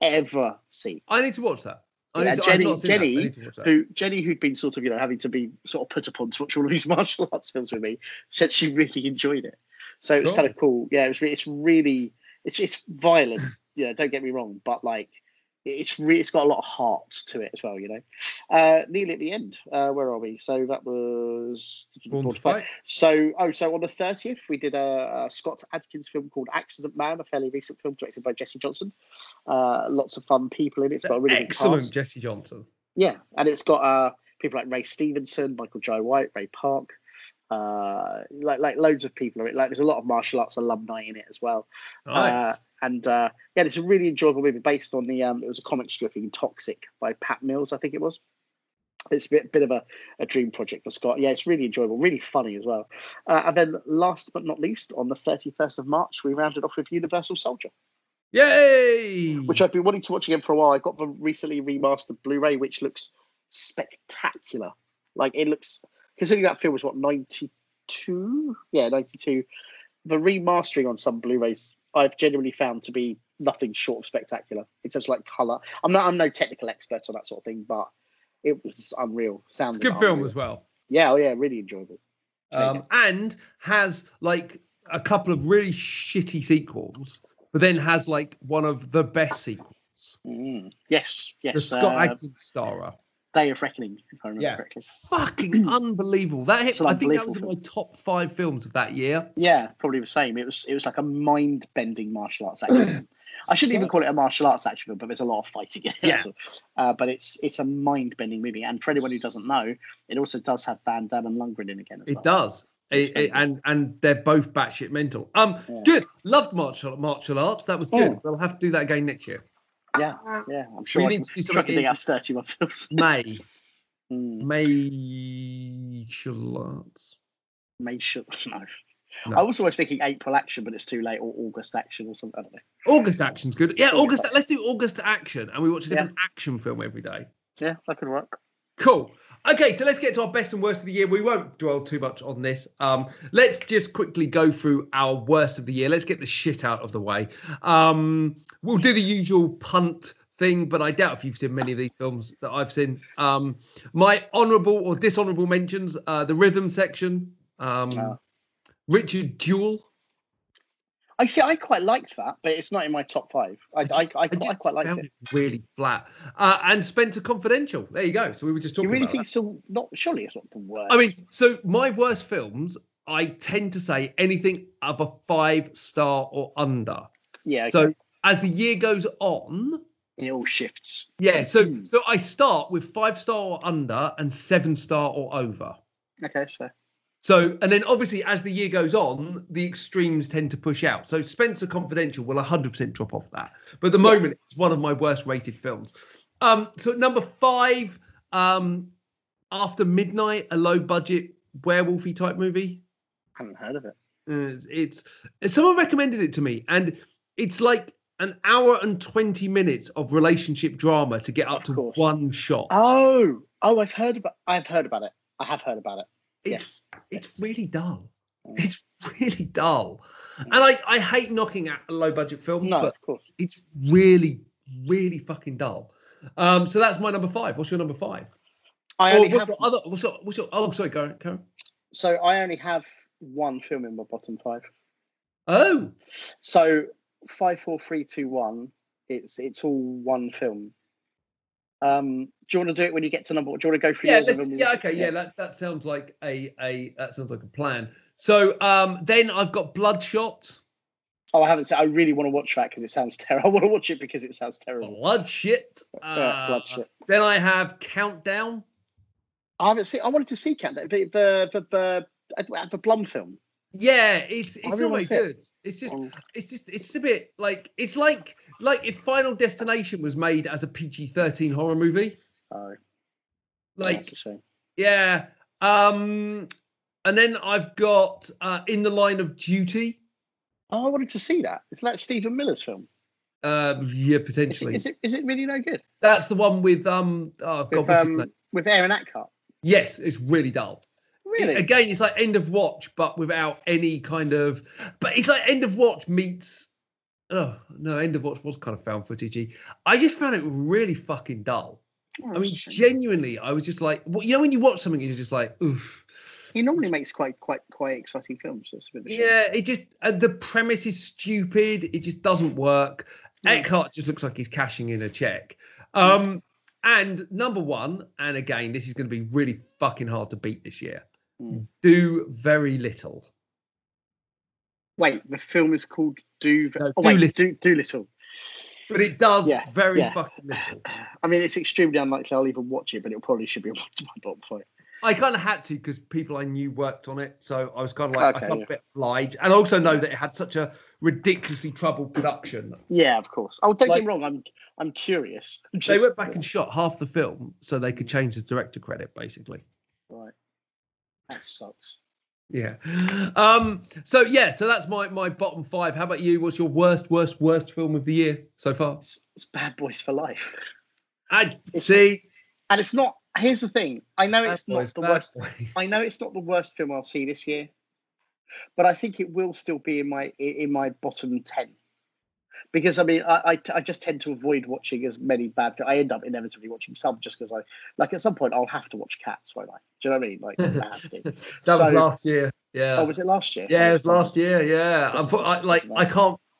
ever see
i need to watch that
yeah, and Jenny, Jenny, who Jenny, who'd been sort of you know having to be sort of put upon to watch all of these martial arts films with me, said she really enjoyed it. So it was cool. kind of cool. Yeah, it was. Re- it's really it's it's violent. you know, don't get me wrong, but like it's re- it's got a lot of heart to it as well. You know, uh, nearly at the end. Uh, where are we? So that was
Born Born fight. Fight.
So oh, so on the thirtieth we did a, a, Scott Adkins film called Accident Man, a fairly recent film directed by Jesse Johnson. Uh, lots of fun people in it. It's got a really
excellent Jesse Johnson.
Yeah, and it's got uh, people like Ray Stevenson, Michael J. White, Ray Park. Uh, like like loads of people are it. Like there's a lot of martial arts alumni in it as well.
Nice.
Uh, and uh, yeah, it's a really enjoyable movie based on the um, it was a comic stripping Toxic by Pat Mills, I think it was. It's a bit, bit of a, a dream project for Scott. Yeah, it's really enjoyable, really funny as well. Uh, and then last but not least, on the 31st of March, we rounded off with Universal Soldier.
Yay!
Which I've been wanting to watch again for a while. I got the recently remastered Blu-ray, which looks spectacular. Like it looks considering that film was what 92 yeah 92 the remastering on some blu-rays i've genuinely found to be nothing short of spectacular in terms of like color i'm not i'm no technical expert on that sort of thing but it was unreal sound
good film unreal. as well
yeah oh yeah really enjoyable
um, and has like a couple of really shitty sequels but then has like one of the best sequels
mm. yes yes
the scott uh, Adkins starer
Day of Reckoning, if I remember yeah. correctly.
Fucking unbelievable. That hit, unbelievable I think that was film. in my top five films of that year.
Yeah, probably the same. It was it was like a mind bending martial arts action. I shouldn't so, even call it a martial arts action film, but there's a lot of fighting in it.
Yeah.
Uh, but it's it's a mind bending movie, and for anyone who doesn't know, it also does have Van Damme and Lundgren in again.
it
well.
does. It, it, and and they're both batshit mental. Um, yeah. good. Loved martial martial arts. That was good. Oh. We'll have to do that again next year.
Yeah, yeah, I'm sure. We I need can, to do something. Sure I 31 films. Hmm,
May. Mm. May Charlotte.
May Charlotte. No. no. I was always thinking April action, but it's too late, or August action, or something. I don't know.
August action's good. Yeah, August. August let's do August action, and we watch a different yeah. action film every day.
Yeah, that could work.
Cool. Okay, so let's get to our best and worst of the year. We won't dwell too much on this. Um, let's just quickly go through our worst of the year. Let's get the shit out of the way. Um, we'll do the usual punt thing, but I doubt if you've seen many of these films that I've seen. Um, my honourable or dishonourable mentions: uh, the rhythm section, uh, Richard Jewell.
I see. I quite liked that, but it's not in my top five. I, I, I, I, I quite liked it.
Really flat. Uh, and Spencer Confidential. There you go. So we were just talking.
You really
about
think
that.
so? Not surely it's not the worst.
I mean, so my worst films, I tend to say anything of a five star or under.
Yeah. Okay.
So as the year goes on,
it all shifts.
Yeah. So
Hmm.
mm. so I start with five star or under and seven star or over.
Okay. So.
So, and then obviously, as the year goes on, the extremes tend to push out. So, Spencer Confidential will 100% drop off that. But at the moment, it's one of my worst rated films. Um, so, number five, um, After Midnight, a low budget werewolfy type movie.
I haven't heard of it.
It's, it's, someone recommended it to me, and it's like an hour and 20 minutes of relationship drama to get up to one shot.
Oh, oh, I've heard about I've heard about it. I have heard about it
it's yes. it's really dull.
Mm.
It's really dull. And I, I hate knocking at low budget films,
no,
but
of course.
it's really, really fucking dull. Um, so that's my number five. What's your number five?
I
or
only
what's
have,
your other what's your, what's your oh sorry, Karen, Karen.
So I only have one film in my bottom five.
Oh.
So five, four, three, two, one. It's it's all one film. Um, do you want to do it when you get to number? Do you want to go through?
Yeah,
those
yeah, okay, yeah. yeah. That that sounds like a a that sounds like a plan. So um, then I've got Bloodshot.
Oh, I haven't. Seen, I really want to watch that because it sounds terrible. I want to watch it because it sounds terrible.
Blood shit.
Yeah,
Uh,
blood shit.
Then I have Countdown.
I haven't seen. I wanted to see Countdown, the the the the, the, the Blum film.
Yeah, it's it's
really
not very
wanna see it.
good. It's just
Um,
it's just it's just a bit like it's like like if Final Destination was made as a PG thirteen horror movie.
oh,
Like
that's a shame.
yeah. Um and then I've got uh In the Line of Duty.
Oh, I wanted to see that. It's like Stephen Miller's film.
Uh yeah,
Is
potentially.
it, is it is it really no good?
That's the one with um oh god
With,
what's his
um,
name?
with Aaron Eckhart.
Yes, it's really dull.
Really?
Again, it's like end of watch, but without any kind of. But it's like end of watch meets. Oh no, end of watch was kind of found footagey. I just found it really fucking dull.
Oh,
I
that's
mean,
a shame.
genuinely, I was just like, well, you know, when you watch something, you're just like, oof.
he normally makes quite quite quite exciting films. so It's a bit of a shame.
Yeah, it just uh, the premise is stupid. It just doesn't work.
Yeah.
Eckhart just looks like he's cashing in a check. Um, and number one, and again, this is going to be really fucking hard to beat this year.
Mm.
Do very little.
Wait, the film is called Do.
No,
oh, wait,
Doolittle.
Do Doolittle.
but it does
Yeah,
very
yeah.
fucking little.
I mean, it's extremely unlikely I'll even watch it, but it probably should be on my bottom five.
I kind of had to because people I knew worked on it, so I was kind of like
Okay,
I felt
yeah.
a bit obliged, and I also know that it had such a ridiculously troubled production.
Yeah, of course. Oh, don't get
Like-
me wrong. I'm I'm curious.
they
Just-
went back and shot half the film so they could change the director credit, basically.
Right. That sucks.
Yeah. Um. So yeah. So that's my my bottom five. How about you? What's your worst, worst, worst film of the year so far?
It's, it's Bad Boys for Life,
I
It's-
see.
and it's not. Here's the thing. I know it's
Bad
not
Boys,
the
Bad
worst.
Boys.
I know it's not the worst film I'll see this year, but I think it will still be in my i- in my bottom ten. Because I mean, I, I, I just tend to avoid watching as many bad. fi- I end up inevitably watching some just because I like at some point I'll have to watch Cats, won't I? Do you know what I mean? Like I have to.
that was
So-
last year. Yeah.
Oh, was it last year?
yeah, it was last year. Yeah.
Just-
I'm, fu- I,
just-
like
just
I
about.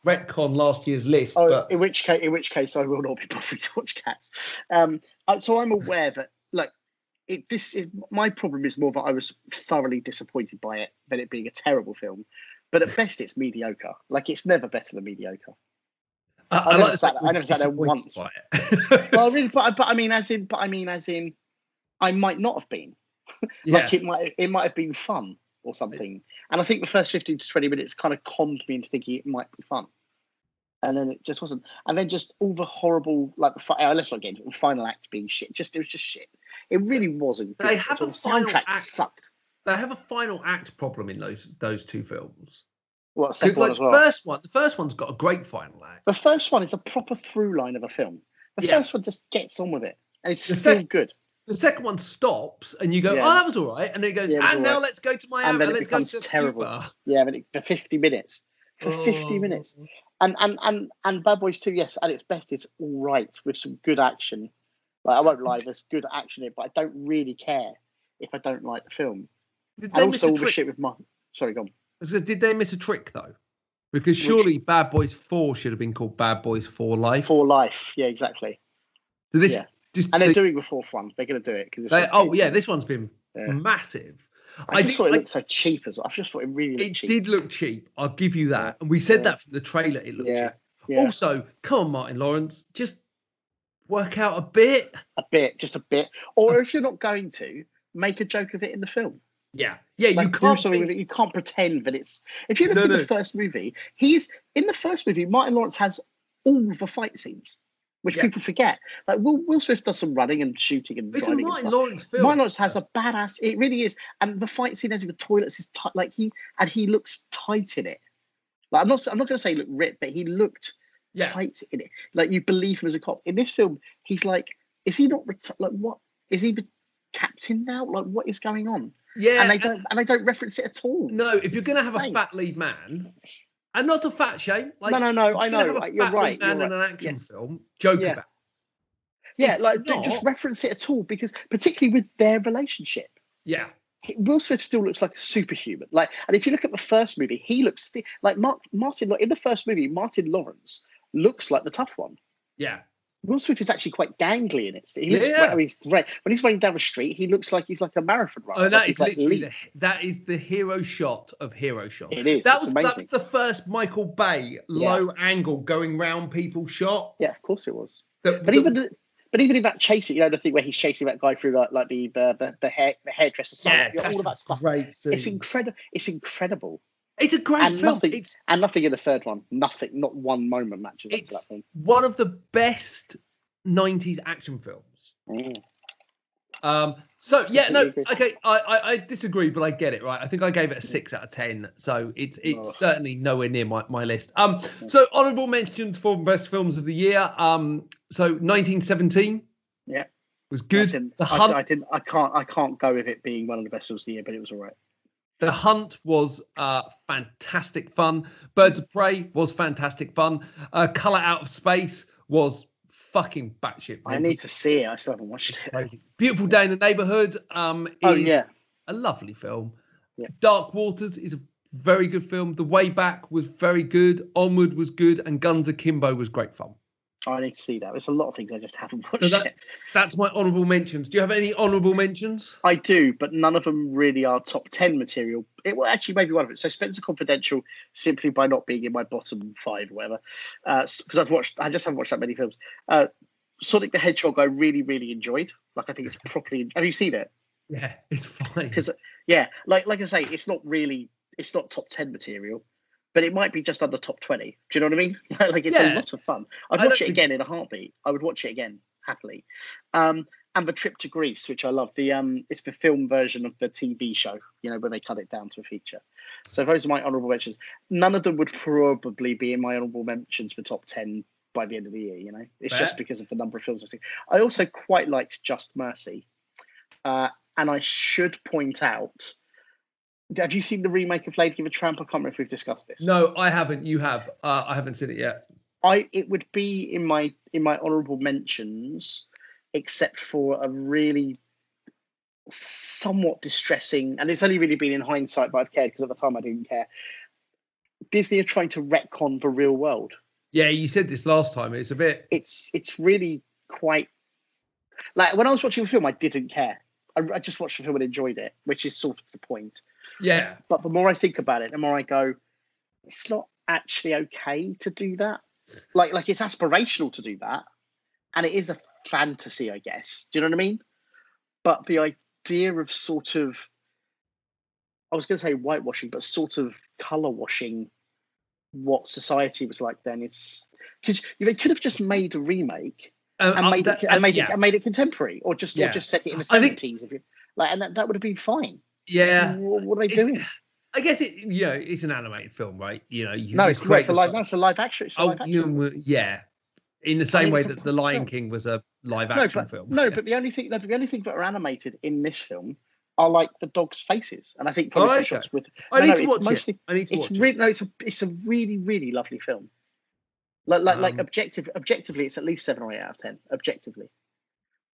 can't retcon last year's list,
Oh,
but
in which case, in which case, I will not be bothering to watch cats. Um, uh, so I'm aware that look, it, this is my problem is more that I was thoroughly disappointed by it than it being a terrible film. But at best, it's mediocre. Like it's never better than mediocre.
I,
I never
the
sat-
fact
I
we're
never sat there
disappointed
once.
by it.
Well, I mean, but, but I mean, as in, but I mean, as in, I might not have been.
yeah.
Like it might, it might have been fun or something. And I think the first fifteen to twenty minutes kind of conned me into thinking it might be fun, and then it just wasn't. And then just all the horrible, like the fi- oh, let's not get into it, the final act being shit. Just it was just shit. It really wasn't.
They
good at
have
all.
a
the
final
soundtrack
act.
sucked.
they have a final act problem in those those two films.
Well, the
'Cause,
second one
Like
as well.
the first one, the first one's got a great final act.
the first one is a proper through line of a film. The
Yeah.
first one just gets on with it, and it's
The
still
sec-
good.
The second one stops, and you go,
Yeah.
"Oh, that was all right," and then it goes,
Yeah, it was
"And
all
now
right."
let's go to Miami."
And then it
let's go
becomes
to the
terrible.
Cuba."
Yeah, but it, for fifty minutes. For fifty minutes.
Oh.
and and and and Bad Boys Two, yes, at its best, it's all right with some good action. Like I won't lie, there's good action in it, but I don't really care if I don't like the film.
Did
And
they miss
also
a
all the
trick?
shit with Mark. Sorry, gone.
I said, Did they miss a trick though? Because surely Bad Boys Four should have been called Bad Boys Four Life.
For life, yeah, exactly.
So this
yeah.
just
And they're
they-
doing the fourth one. They're going to do it because
they- oh yeah, this one's been
Yeah.
massive.
I, just
think-
thought it looked so cheap as well. I just thought it really looked
It
cheap.
did look cheap. I'll give you that. And we said
Yeah.
that from the trailer. It looked
Yeah,
cheap.
yeah,
Also, come on, Martin Lawrence, just work out a bit.
a bit, just a bit. Or if you're not going to, make a joke of it in the film.
Yeah, yeah.
Like,
you
do
can't.
something
think-
with it. You can't pretend that it's. If you look
No,
at
no.
the first movie, he's in the first movie. Martin Lawrence has all the fight scenes, which
Yeah.
people forget. Like Will, Will Smith does some running and shooting and
It's a
driving. and
Martin
stuff.
Lawrence film.
Martin Lawrence has a badass. It really is, and the fight scene as with toilets is tight. Like he and he looks tight in it. Like I'm not. I'm not going to say he looked ripped, but he looked
yeah.
tight in it. Like you believe him as a cop. In this film, he's like, is he not reti- like what? Is he the captain now? Like what is going on?
yeah.
and they
and-
don't. And they don't reference it at all.
no, if you're
It's
going to have a
insane.
fat lead man, and not a fat shame. Like,
no, no, no.
if
I
you're gonna
know.
have a
like, You're
fat
right.
lead man
You're right.
in an action
Yes.
film. Joke
Yeah.
about.
Yeah,
It's
like don't just
not-
reference it at all because, particularly with their relationship,
Yeah.
he- Will Smith still looks like a superhuman. Like, and if you look at the first movie, he looks thi- like Mark Martin. Law- In the first movie, Martin Lawrence looks like the tough one.
Yeah.
Will Smith is actually quite gangly in it. He looks
Yeah.
great. I mean, he's great. When he's running down the street, he looks like he's like a marathon runner.
Oh,
Like,
that
he's
is
like
literally
lean.
the, that is the hero shot of hero shot.
It is.
That
It's
was
amazing.
that's the first Michael Bay low angle going round people shot.
Yeah, of course it was.
That,
But even the, but even in that chasing, you know, the thing where he's chasing that guy through like, like the the, the, the, hair, the hairdresser salon,
yeah,
you know,
that's
all of
a
that stuff.
Great. Scene.
It's incredible. It's incredible.
It's a great
and
film.
nothing-
It's
And nothing in the third one. Nothing. Not one moment matches up to that
It's-
thing.
one of the best '90s action films.
Mm.
Um. So yeah,
Completely
no,
agree.
okay, I, I I disagree, but I get it right. I think I gave it a six out of ten, so it's it's
Oh.
certainly nowhere near my, my list. Um. So honourable mentions for best films of the year. Um. So 1917.
Yeah.
Was
I
good.
didn't,
The
I,
Hunt
I didn't. I can't. I can't go with it being one of the best films of the year, but it was all right.
The Hunt was uh, fantastic fun. Birds of Prey was fantastic fun. Uh, Color Out of Space was fucking batshit.
I
mental.
need to see it. I still haven't watched it.
Crazy. Beautiful Day in the Neighborhood um, is
Oh yeah.
a lovely film.
Yeah.
Dark Waters is a very good film. The Way Back was very good. Onward was good. And Guns Akimbo was great fun.
Oh, I need to see that. There's a lot of things I just haven't watched.
So that-
yet.
That's my honorable mentions. Do you have any honorable mentions?
I do, but none of them really are top ten material. It well, actually maybe one of it. So Spencer Confidential, simply by not being in my bottom five, or whatever, because I've watched. I just haven't watched that many films. Uh, Sonic the Hedgehog, I really, really enjoyed. Like I think it's properly. Have you seen it?
Yeah, it's fine.
'Cause- Yeah. Like like I say, it's not really. It's not top ten material, but it might be just under top twenty. Do you know what I mean? like it's
Yeah.
a lot of fun. I'd
I
watch
don't
it
think-
again in a heartbeat. I would watch it again happily. Um, and the trip to Greece, which I love. The um, it's the film version of the TV show. You know, where they cut it down to a feature. So those are my honourable mentions. None of them would probably be in my honourable mentions for top ten by the end of the year. You know, it's just
Fair.
because of the number of films I've seen. I also quite liked Just Mercy, uh, and I should point out. Have you seen the remake of Lady of the Tramp? I can't remember if we've discussed this.
No, I haven't. You have. Uh, I haven't seen it yet.
I it would be in my in my honourable mentions, except for a really somewhat distressing, and it's only really been in hindsight that I've cared because at the time I didn't care. Disney are trying to retcon the real world.
Yeah, you said this last time. It's a bit.
It's it's really quite like when I was watching a film, I didn't care. I, I just watched the film and enjoyed it, which is sort of the point.
Yeah.
But the more I think about it, the more I go, it's not actually okay to do that. Like, like it's aspirational to do that, and it is a fantasy, I guess. Do you know what I mean? But the idea of sort of, I was going to say whitewashing, but sort of color washing what society was like then is because they could have just made a remake
Um,
and
uh,
made
that-
it, and made
yeah.
it and made it contemporary, or just
Yeah.
or just set it in the
I think-
seventies. If you like, and that, that would have been fine.
Yeah.
What, what are they
It's-
doing?
I guess it. You know, it's an animated film, right? You know, you,
No,
you
it's, no,
create
it's a
the-
live. No, it's a live action. It's a
Oh,
live action.
you were- yeah. In the same
mean,
way
it's a
that The
proper
Lion
film.
King was a live
no,
action
but
film.
no,
Yeah.
but the only thing, no, but the only thing that are animated in this film are like the dogs' faces, and I think probably
Oh,
some
okay.
shots with.
I
no,
need
no,
to
it's
watch
mostly,
it. I need to
It's
watch it.
really no, it's a it's a really really lovely film. Like like like
Um,
objective objectively, it's at least seven or eight out of ten objectively.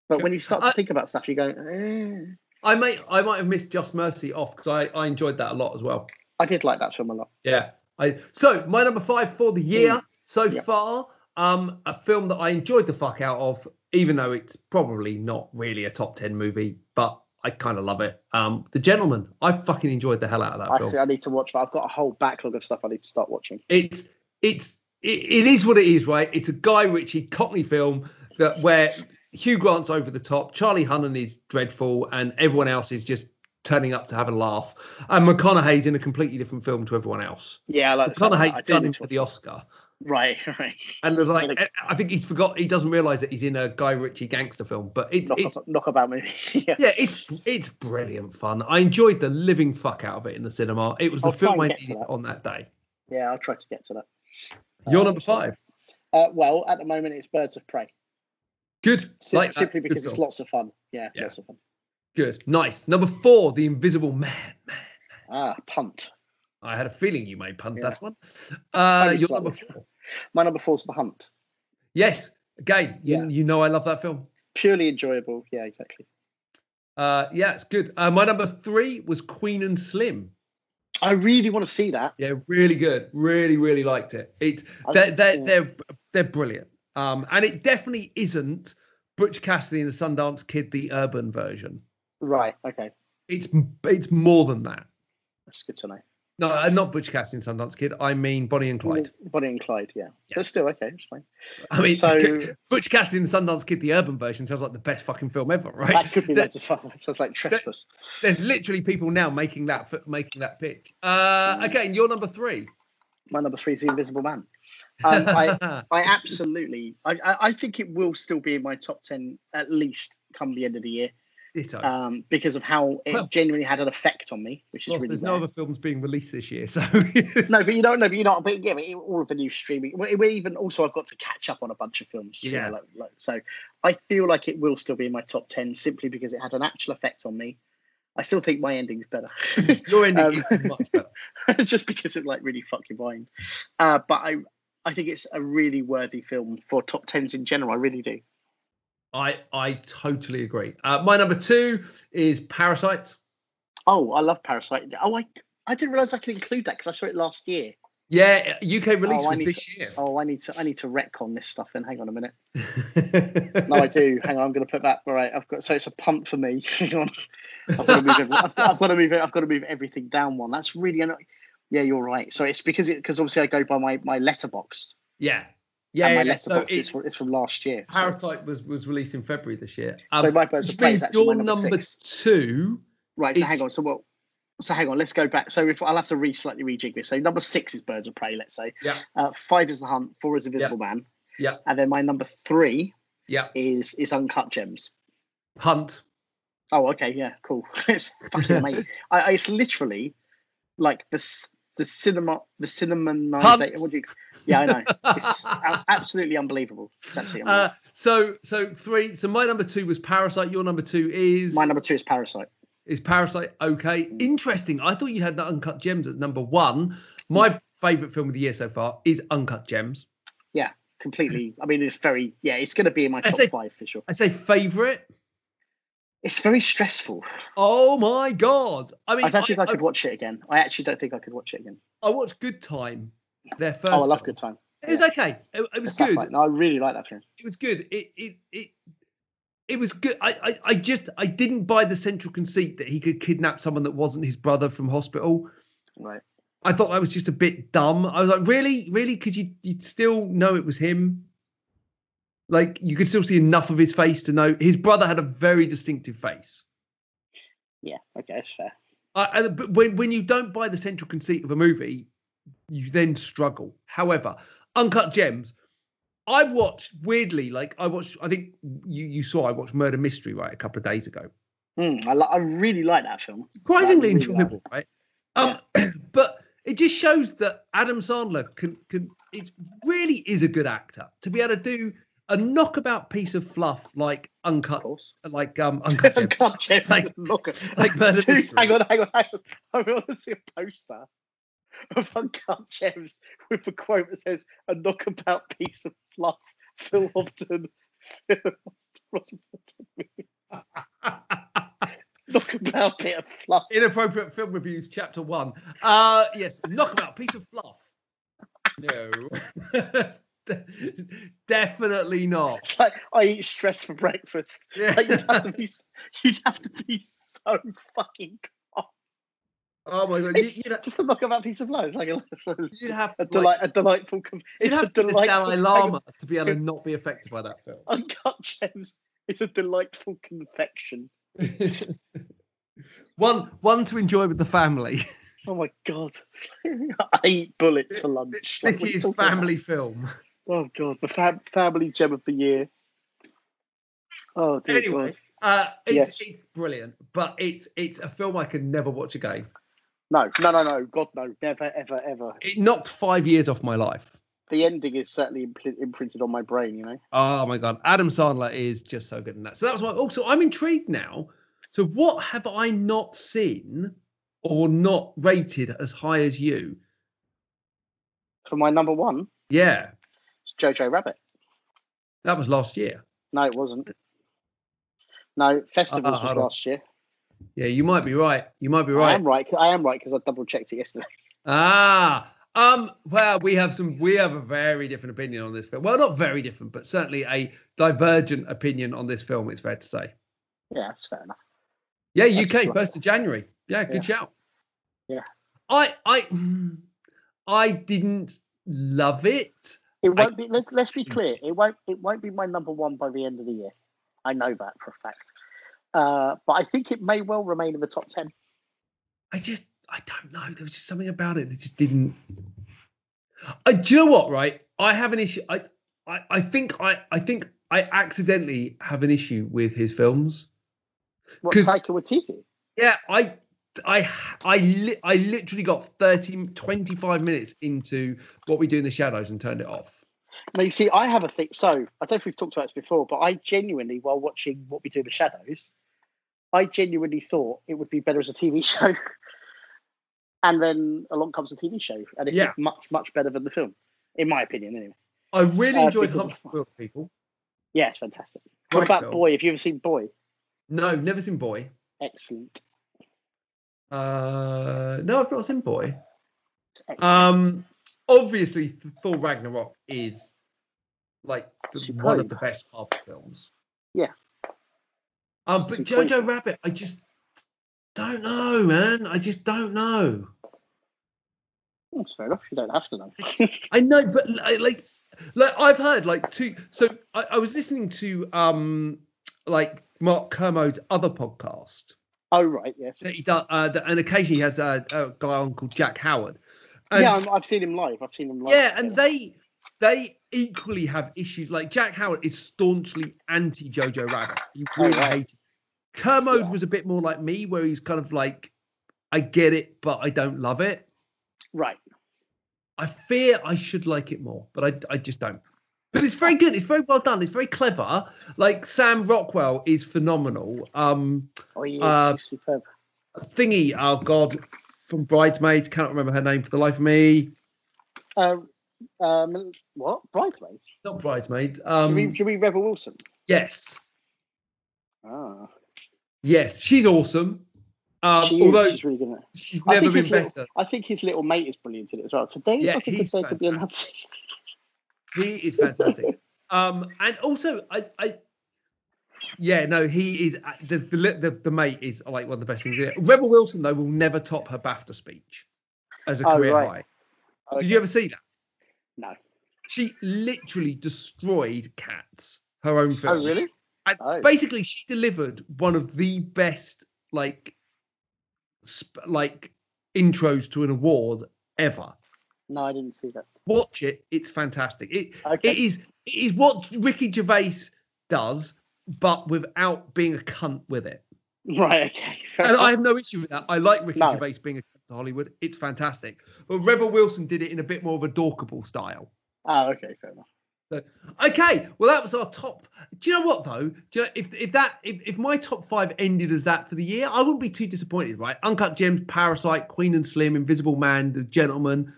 But when you start
I-
to think about stuff, you go. Eh.
I might I might have missed Just Mercy off because I, I enjoyed that a lot as well.
I did like that film a lot.
Yeah. I so my number five for the year so
Yeah.
far, um, a film that I enjoyed the fuck out of, even though it's probably not really a top ten movie, but I kind of love it. Um, The Gentleman. I fucking enjoyed the hell out of that
I
film.
see. I need to watch, but I've got a whole backlog of stuff I need to start watching.
it's it's it, it is what it is, right? It's a Guy Ritchie Cockney film that where Hugh Grant's over the top, Charlie Hunnam is dreadful, and everyone else is just turning up to have a laugh. And McConaughey's in a completely different film to everyone else.
Yeah, I like the sound of that. I
McConaughey's
do
done
need to
for the Oscar,
Right, right.
and there's like
Like-
I think he's forgot he doesn't realize that he's in a Guy Ritchie gangster film, but it's
Knock,
it's
about, knock about movie. yeah.
yeah, it's it's brilliant fun. I enjoyed the living fuck out of it in the cinema. It was the
I'll try
film
and
I
get to
needed
that.
on that day.
Yeah, I'll try to get to that.
Your
Uh,
number
so-
five.
Uh, well, at the moment, it's Birds of Prey.
Good.
Sim-
Like that.
simply
Good
because it's
film.
lots of fun. Yeah,
Yeah.
lots of fun.
Good. Nice. Number four, The Invisible Man. Man,
Ah, punt.
I had a feeling you may punt
Yeah.
that one. Uh,
Only
your
slightly.
number four.
My number four is The Hunt.
Yes. Again, you,
Yeah.
you know I love that film.
Purely enjoyable. Yeah, exactly.
Uh, yeah, it's good. Uh, my number three was Queen and Slim.
I really want to see that.
Yeah, really good. Really, really liked it. It's
I-
they're they're
yeah.
they're, they're brilliant. Um, and it definitely isn't Butch Cassidy and the Sundance Kid, the urban version.
Right. Okay.
It's it's more than that.
That's good to know.
No, uh, not Butch Cassidy and Sundance Kid. I mean Bonnie and Clyde.
Bonnie and Clyde. Yeah.
Yeah.
But still, okay. It's fine.
I mean,
So-
c- Butch Cassidy and the Sundance Kid, the urban version, sounds like the best fucking film ever, right?
That could be
There-
loads of fun. That sounds like trespass.
There's literally people now making that f- making that pitch. Uh, okay, and you're number three.
My number three is the Invisible Man. Um, I, I absolutely. I, I, I think it will still be in my top ten at least come the end of the year
Ditto.
um, because of how it
Well-
genuinely had an effect on me, which is
Plus,
really
there's
rare.
no other films being released this year, so
No, but you don't know, but you're not. But yeah, but it- all of the new streaming. we we even also, I've got to catch up on a bunch of films. you know,
Yeah.
like, like, so I feel like it will still be in my top ten simply because it had an actual effect on me. I still think my ending's better,
your ending
Um,
is much better.
just because it like really fucked your mind. Uh, but I, I think it's a really worthy film for top tens in general. I really do.
I I totally agree. Uh, my number two is Parasite.
Oh, I love Parasite. Oh, I, I didn't realize I could include that because I saw it last year.
Yeah, UK release
Oh, I
was
need
this
to-
year.
Oh, I need to, I need to wreck on this stuff. Then hang on a minute. No, I do. Hang on, I'm going to put that right. I've got so it's a pump for me. Hang on. I've got to move. Every, I've, I've got to move. it- I've got to move everything down one. That's really. Annoying. Yeah, you're right. So it's because it because obviously I go by my my letterbox.
yeah, yeah.
and my
yeah, So
letterbox is
it's,
from, it's from last year. So,
Parasite was was released in February this year.
so
Um,
my birds of
which
prey is
means
actually
your
my number,
number
six.
two.
Right. So
is-
hang on. So what? So hang on. Let's go back. So if I'll have to re slightly rejig this. So number six is Birds of Prey. Let's say.
Yeah.
Uh, five is The Hunt. Four is Invisible Man.
Yeah.
And then my number three
Yeah,
is is Uncut Gems.
Hunt.
Oh, okay, yeah, cool. it's fucking amazing. I, I, it's literally like the c- the cinema the cinemanization.
Hunt.
What do you? Yeah, I know. It's a- absolutely unbelievable. It's absolutely
Uh,
unbelievable.
so so three. So my number two was Parasite. Your number two is
My number two is Parasite.
is Parasite. Okay, interesting. I thought you had Uncut Gems at number one. My favorite film of the year so far is Uncut Gems.
Completely. I mean, it's very yeah. It's going to be in my
I
top
say-
five for sure.
I say favorite.
It's very stressful.
Oh my god! I mean,
I don't think I,
I,
could watch it again. I actually don't think I could watch it again.
I watched Good Time. Their first.
Oh, I love
film.
Good Time.
It was
yeah.
okay. It, it was
It's that
good.
fight. No, I really like that film.
It was good. It it it. It was good. I, I, I just I didn't buy the central conceit that he could kidnap someone that wasn't his brother from hospital.
Right.
I thought that was just a bit dumb. I was like, really, really, because you you still know it was him. Like you could still see enough of his face to know his brother had a very distinctive face.
Yeah. Okay, that's fair.
I, I, but when when you don't buy the central conceit of a movie, you then struggle. However, Uncut Gems, I watched weirdly. Like I watched, I think you you saw I watched Murder Mystery right a couple of days ago.
Mm, I, li- I really like that film.
Surprisingly
Like, really like
enjoyable, right? Um, but it just shows that Adam Sandler can can it really is a good actor to be able to do a knockabout piece of fluff like
Of
Uncut,
course.
like um Uncut Gems.
Uncut Gems.
Like-
look,
like Murder
Dude,
Mystery.
hang on, hang on, hang on. I want to see a poster of Uncut Gems with a quote that says, "A knockabout piece of fluff." Phil Hopton. Phil Hopton. knockabout bit of fluff.
Inappropriate Film Reviews, Chapter One. Uh yes, knockabout piece of fluff. No, definitely not.
It's like I eat stress for breakfast. Like you'd have
Yeah.
to be, s- you'd have to be so fucking.
Oh my god,
It's
you, you'd,
just a knockabout piece of fluff. It's like a,
you'd have
a
to, like,
delight, a delightful. com-
you'd
It's a
have to be the
delightful.
Dalai
hang on.
Lama to be able to not be affected by that film.
Uncut Gems is a delightful confection.
one one to enjoy with the family.
Oh my god! I eat bullets for lunch. Like,
This
what are you
year's
talking about?
family film.
Oh god, the fam- family gem of the year. Oh dear
Anyway,
god.
uh, it's,
Yes.
it's brilliant, but it's it's a film I can never watch again.
No, no, no, no. God, no. Never, ever, ever.
It knocked five years off my life.
The ending is certainly impl- imprinted on my brain. You know.
Oh my god, Adam Sandler is just so good in that. So that was my. Also, I'm intrigued now. So what have I not seen or not rated as high as you?
For my number one,
Yeah,
it's Jojo Rabbit.
that was last year.
No, it wasn't. No, festivals
Uh,
was
hold on.
last year.
Yeah, you might be right. You might be
I
right.
am right. I am right because I double checked it yesterday.
Ah, Um, well, we have some. We have a very different opinion on this film. Well, not very different, but certainly a divergent opinion on this film. It's fair to say.
Yeah, that's fair enough.
Yeah,
I just
UK
like
first of January. Yeah, good shout.
Yeah.
I I I didn't love it.
It won't be. Let, let's be clear. It won't. It won't be my number one by the end of the year. I know that for a fact. Uh, but I think it may well remain in the top ten.
I just I don't know. There was just something about it that just didn't. I, do you know what? Right, I have an issue. I I, I think I I think I accidentally have an issue with his films.
What
'Cause-
Taika Waititi?
Yeah, I, I, I, li- I literally got 30, 25 minutes into what we do in the shadows and turned it off.
Now you see, I have a thing. So I don't know if we've talked about this before, but I genuinely, while watching What We Do in the Shadows, I genuinely thought it would be better as a TV show. and then along comes the TV show, and it's
Yeah.
much, much better than the film, in my opinion. Anyway,
I really
Uh,
enjoyed
because-
Humphrey Wheel, people.
yeah, it's fantastic. What
Great
about
film.
Boy? Have you ever seen Boy?
No, never seen Boy.
Excellent.
Uh, no, I've not seen Boy.
Excellent.
Um, obviously, Thor Ragnarok is like the, one
Superb.
of the best Marvel films.
Yeah.
Um, but
Superb.
Jojo Rabbit, I just don't know, man. I just don't know.
That's fair enough. You don't have to know.
I know, but li- like, like I've heard like two. So I, I was listening to um like Mark Kermode's other podcast
Oh right, yes.
that he does, uh, that, and occasionally he has a, a guy on called Jack Howard. And,
yeah, I'm, I've seen him live. I've seen him live.
yeah, and
together.
they they equally have issues. Like Jack Howard is staunchly anti Jojo Rabbit. He
Oh,
really
right.
hated. Kermode
Yeah.
was a bit more like me, where he's kind of like, I get it, but I don't love it.
right.
I fear I should like it more, but I, I just don't. But it's very good. It's very well done. It's very clever. Like Sam Rockwell is phenomenal. Um,
Oh, he is,
Uh,
he's superb.
thingy, oh god, from Bridesmaids, cannot remember her name for the life of me.
Uh, um, what? Bridesmaids?
Not Bridesmaids.
do, you mean,
Um,
do you mean Rebel Wilson?
yes,
Ah,
yes, she's awesome. Um,
she is.
although
she's really good. in it.
she's
I
never
think
been
his
better.
little, I think his little mate is brilliant in it as well. Today,
Yeah,
I think
he's
it's said to be a Nazi.
He is fantastic. um, and also, I, I, yeah, no, he is uh, the the, the the mate is like one of the best things. In it. Rebel Wilson though will never top her BAFTA speech as a
Oh,
career
right.
high. Did you ever see that?
No.
She literally destroyed Cats, her own
Oh,
film.
really?
And
Oh.
Basically, she delivered one of the best like sp- like intros to an award ever.
No, I didn't see that.
Watch it; it's fantastic. It
Okay.
it is it is what Ricky Gervais does, but without being a cunt with it.
right. Okay. fair
And I
enough.
have no issue with that. I like Ricky
No.
Gervais being a cunt to Hollywood. It's fantastic. But Rebel Wilson did it in a bit more of a dorkable style.
Oh, okay. Fair enough.
Okay, well that was our top. Do you know what though? Do you know, if if that if, if my top five ended as that for the year, I wouldn't be too disappointed, right? Uncut Gems, Parasite, Queen and Slim, Invisible Man, The Gentleman,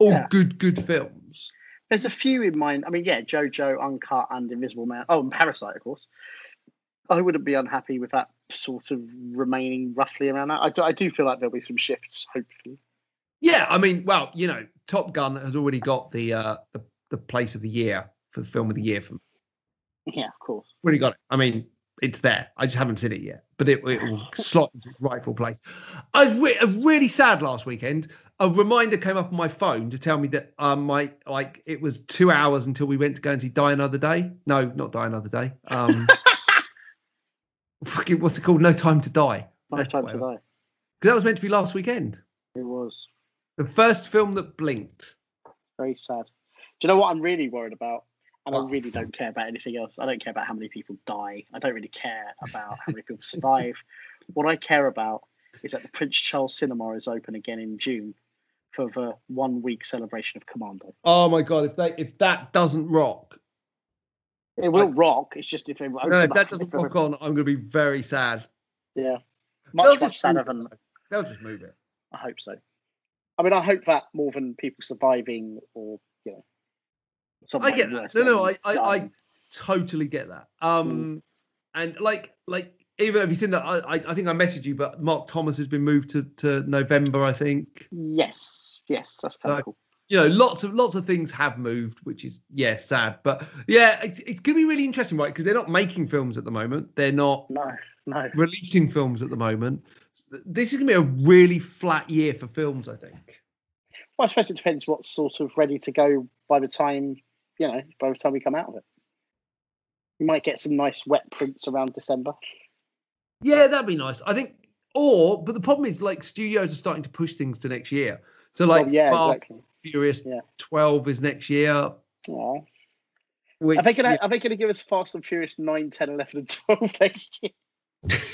all
Yeah.
good good films.
There's a few in mind. I mean, yeah, JoJo, Uncut, and Invisible Man. Oh, and Parasite, of course. I wouldn't be unhappy with that sort of remaining roughly around that. I do, I do feel like there'll be some shifts, hopefully.
Yeah, I mean, well, you know, Top Gun has already got the uh the, the place of the year for the film of the year for
Yeah, of course.
already got it. I mean, it's there. I just haven't seen it yet, but it, it will slot into its rightful place. I was re- uh, really sad last weekend. A reminder came up on my phone to tell me that um, my like it was two hours until we went to go and see Die Another Day. No, not Die Another Day. Um, fucking, what's it called? No Time to Die.
No
That's
time to
whatever.
die.
Because that was meant to be last weekend.
It was
The first film that blinked.
very sad. Do you know what I'm really worried about? And I
What?
really don't care about anything else. I don't care about how many people die. I don't really care about how many people survive. What I care about is that the Prince Charles Cinema is open again in June for the one week celebration of Commando.
Oh my god! If they if that doesn't rock,
It will rock. It's just if they open
no, if
up-
that doesn't rock on, I'm gonna be very sad.
Yeah.
They'll
Much,
just
much sadder
move it,
than
though. They'll just move it.
I hope so. I mean, I hope that more than people surviving or, you know, something
I get Oh that.
worse
No, no, I,
than
I, I
dying.
totally get that. Um, and like, like even have you seen that? I, I, I think I messaged you, but Mark Thomas has been moved to to November. I think
Yes. Yes. That's kind
No.
of cool.
you know, lots of lots of things have moved, which is yeah, sad. But yeah, it's, it's gonna be really interesting, right? Because they're not making films at the moment. They're not
No, no.
releasing films at the moment. This is gonna be a really flat year for films, I think.
Well, I suppose it depends what's sort of ready to go by the time you know by the time we come out of it. You might get some nice wet prints around December.
Yeah, that'd be nice. I think. Or, but the problem is, like, studios are starting to push things to next year. So, like,
well, yeah,
Fast
exactly.
Furious
Yeah.
12 is next year.
Yeah.
Which,
Are they gonna Are they gonna give us Fast and Furious 9, 10, 11, and 12 next year?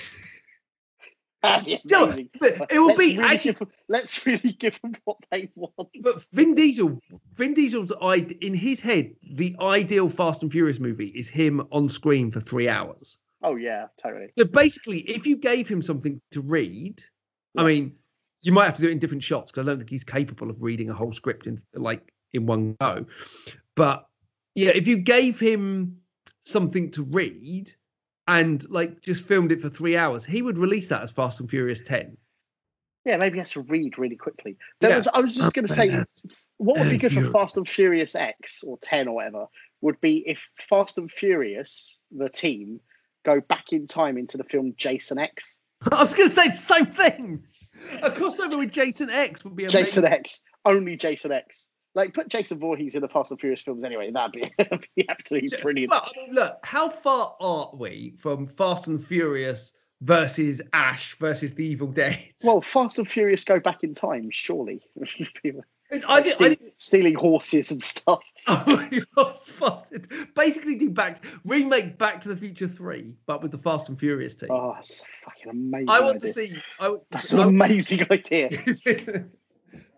That'd be
Do you know
amazing.
what? But it will
Let's
be
Really
actually,
give 'em- let's really give them what they want.
But Vin Diesel, Vin Diesel's i in his head, the ideal Fast and Furious movie is him on screen for three hours.
oh yeah, totally.
So basically, if you gave him something to read, I
Yeah.
mean, you might have to do it in different shots because I don't think he's capable of reading a whole script in like in one go. But yeah, if you gave him something to read and like just filmed it for three hours, he would release that as Fast and Furious Ten.
Yeah, maybe I have to read really quickly. There
Yeah.
was, I was just gonna say what would be
and
good for
Fury.
Fast and Furious X or 10 or whatever would be if Fast and Furious, the team, go back in time into the film Jason X.
I was going to say the same thing. A crossover with Jason X would be amazing.
Jason X, only Jason X. Like put Jason Voorhees in the Fast and Furious films anyway. That'd be, that'd be absolutely brilliant.
Well, I mean, look, how far are we from Fast and Furious versus Ash versus the Evil Dead?
Well, Fast and Furious go back in time, surely. People
I
like
did,
steal-
I
stealing horses and stuff.
did, Fast, basically do back remake Back to the Future three, but with the Fast and Furious team.
Oh, that's a fucking amazing.
I want
idea.
to see. I, want-
That's an
I-
amazing idea.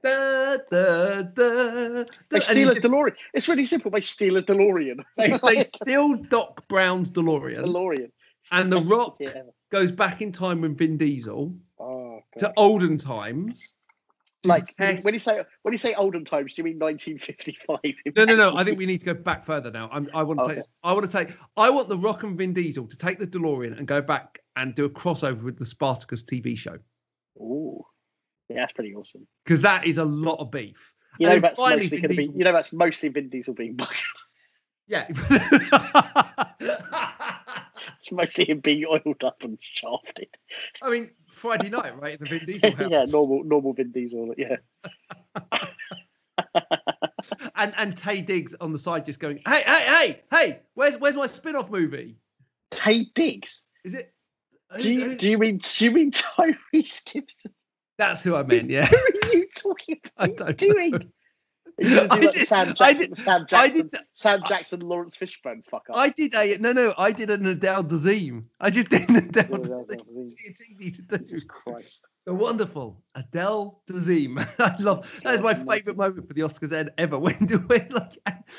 Da, da, da, da.
They
And
steal a
he just-
DeLorean. It's really simple. They steal a DeLorean.
they, they steal Doc Brown's DeLorean,
DeLorean.
and The Rock
Yeah.
goes back in time with Vin Diesel
Oh,
to
God.
olden times. to
like
test-
when you say when you say olden times, do you mean 1955?
No, no, no. I think we need to go back further now. I'm, I want to
Okay.
take. I want to take. I want the Rock and Vin Diesel to take the DeLorean and go back and do a crossover with the Spartacus TV show
Ooh. Yeah, that's pretty awesome.
because that is a lot of beef.
You
And then
know that's
finally
mostly
Vin
going to be.
Diesel-
You know that's mostly Vin Diesel being bugged.
Yeah.
It's mostly him being oiled up and shafted.
I mean, Friday night, right? at The Vin Diesel house.
yeah, normal, normal Vin Diesel. Yeah,
And and Tay Diggs on the side just going, hey, hey, hey, hey, where's where's my spin-off movie?
Tay Diggs.
Is it?
Do
who-
you,
who-
do you mean do you mean Tyrese Gibson?
That's who I meant. Yeah.
Who are you talking
I
about? What are you
don't
doing?
know.
Are you going to
I
do like
did- I
Sam Jackson? Sam
I
Jackson.
did.
Sam Jackson. Lawrence Fishburne. Fuck up.
I did a no no. I did an Adele Dazeem. I just did an Adele
Oh, that-
Dazeem.
that was
It's easy to do.
Jesus Christ.
The wonderful Adele Dazeem. I love that is my
God,
favourite moment for the Oscars ed- ever. When do we like?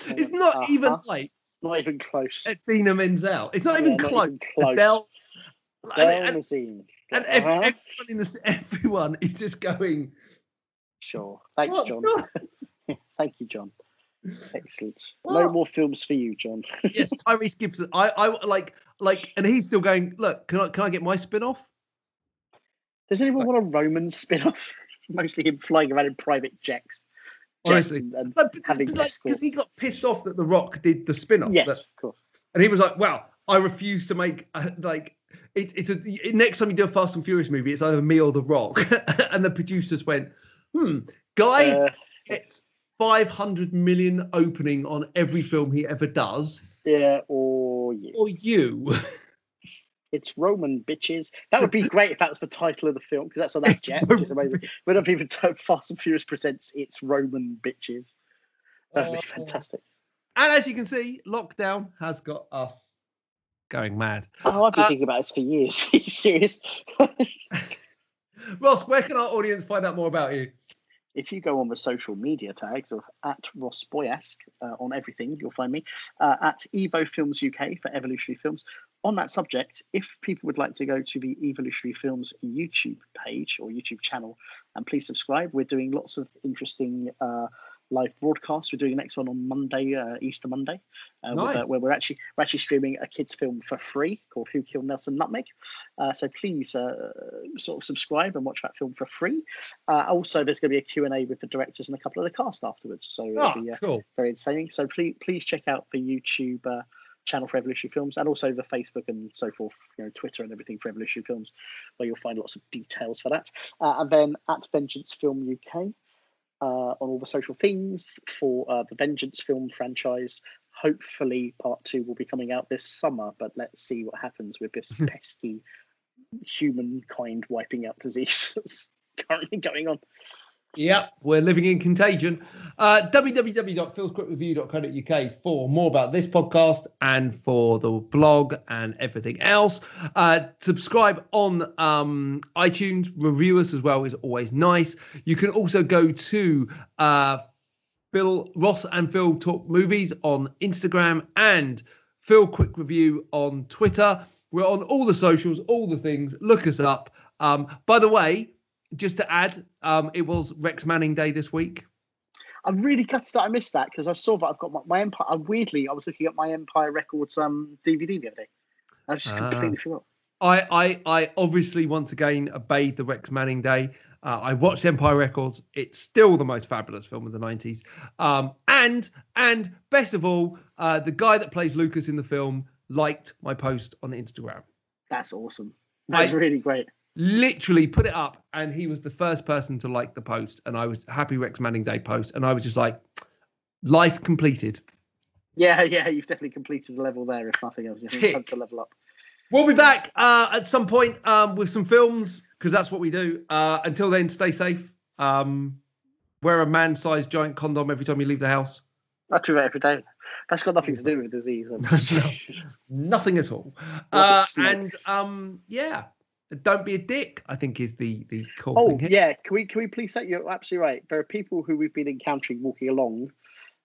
It's
Yeah.
not even
Uh-huh.
like
Not even close.
Athena Menzel. It's not even
Yeah, not
close.
even close.
Adele.
Adele
and, and,
Nazim.
and ev-
Uh-huh.
everyone in this, everyone is just going.
sure. Thanks,
"What's
John.
wrong?"
Thank you, John. Excellent. No
What?
more films for you, John.
yes, Tyrese Gibson. I, I like, like, and he's still going. Look, can I, can I get my spin off?
Does anyone want a Roman spin-off? Mostly him flying around in private jets. jets
Honestly,
and- and-
Like, but,
having
but like,
escort.
because he got pissed off that The Rock did the spin off.
yes, of course.
and he was like, "Wow, I refuse to make uh, like it's it's a next time you do a Fast and Furious movie, it's either me or The Rock." and the producers went, "Hmm, guy
Uh,
gets 500 million opening on every film he ever does,
yeah, or you.
or you."
It's Roman bitches. That would be great if that was the title of the film because that's on that jet, which is amazing. When other people type Fast and Furious presents It's Roman bitches. That'd be
Oh.
fantastic.
and as you can see, lockdown has got us going mad.
Oh, I've been
Uh,
thinking about this for years. Are you serious?
Ross, where can our audience find out more about you?
if you go on the social media tags of at Ross Boyask uh, on everything, you'll find me uh, at Evo Films UK for Evolutionary Films. On that subject, if people would like to go to the Evolutionary Films YouTube page or YouTube channel, and please subscribe. We're doing lots of interesting uh, live broadcast. We're doing the next one on Monday, uh, Easter Monday, uh,
Nice.
where, where we're actually we're actually streaming a kids' film for free called Who Killed Nelson Nutmeg. Uh, so please uh, sort of subscribe and watch that film for free. Uh, also, there's going to be a Q and A with the directors and a couple of the cast afterwards. So it'll
Oh,
be uh,
cool.
very entertaining. So please please check out the YouTube. Uh, channel for evolutionary films and also the facebook and so forth you know twitter and everything for evolutionary films where you'll find lots of details for that uh, and then at vengeance film uk uh, on all the social things for uh, the vengeance film franchise hopefully part two will be coming out this summer but let's see what happens with this pesky humankind wiping out disease that's currently going on
Yep, we're living in contagion. Uh, www.philscriptreview.co.uk for more about this podcast and for the blog and everything else. Uh, subscribe on um, iTunes, review us as well is always nice. You can also go to uh, Phil Ross and Phil Talk Movies on Instagram and Phil Quick Review on Twitter. We're on all the socials, all the things. Look us up. Um, by the way, just to add, um, it was Rex Manning Day this week.
I'm really gutted that I missed that because I saw that I've got my, my Empire. uh, Weirdly, I was looking at my Empire Records um, DVD the other day. I have just
Ah.
completely forgot.
I, I, I obviously once again obeyed the Rex Manning Day. Uh, I watched Empire Records. It's still the most fabulous film of the '90s. Um, and and best of all, uh, the guy that plays Lucas in the film liked my post on Instagram.
That's awesome. That's
I-
really great.
Literally put it up, and he was the first person to like the post. And I was happy Rex Manning Day post, and I was just like, life completed.
Yeah, yeah, you've definitely completed the level there. If nothing else, just
Tick.
time to level up.
We'll be back uh, at some point um, with some films because that's what we do. Uh, until then, stay safe. Um, wear a man-sized giant condom every time you leave the house.
I do that every day. That's got nothing to do with disease. or-
No, nothing at all.
Like
Uh,
a snake.
and um, yeah, don't be a dick. I think is the the cool
oh
thing here.
yeah, can we can we please say you're absolutely right? There are people who we've been encountering walking along,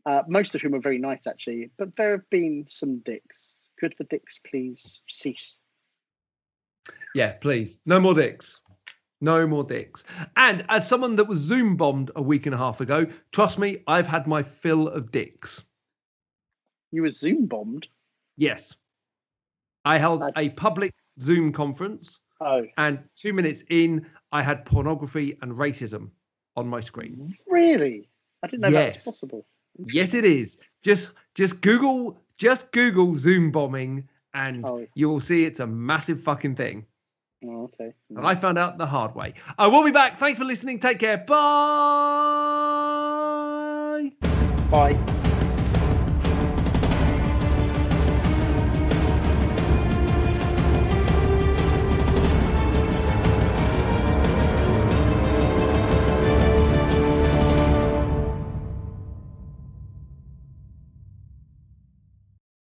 uh, most of whom are very nice actually, but there have been some dicks. Could the dicks please cease?
Yeah, please. No more dicks. No more dicks. And as someone that was Zoom bombed a week and a half ago, trust me, I've had my fill of dicks.
You were Zoom bombed.
Yes. I held
Like-
a public Zoom conference
Oh,
and two minutes in, I had pornography and racism on my screen.
really? I didn't know that
Yes.
was possible.
Yes, it is. Just just Google just Google Zoom bombing, and
Oh.
you will see it's a massive fucking thing.
Oh, okay.
And I found out the hard way. I will be back. Thanks for listening. Take care. Bye.
Bye.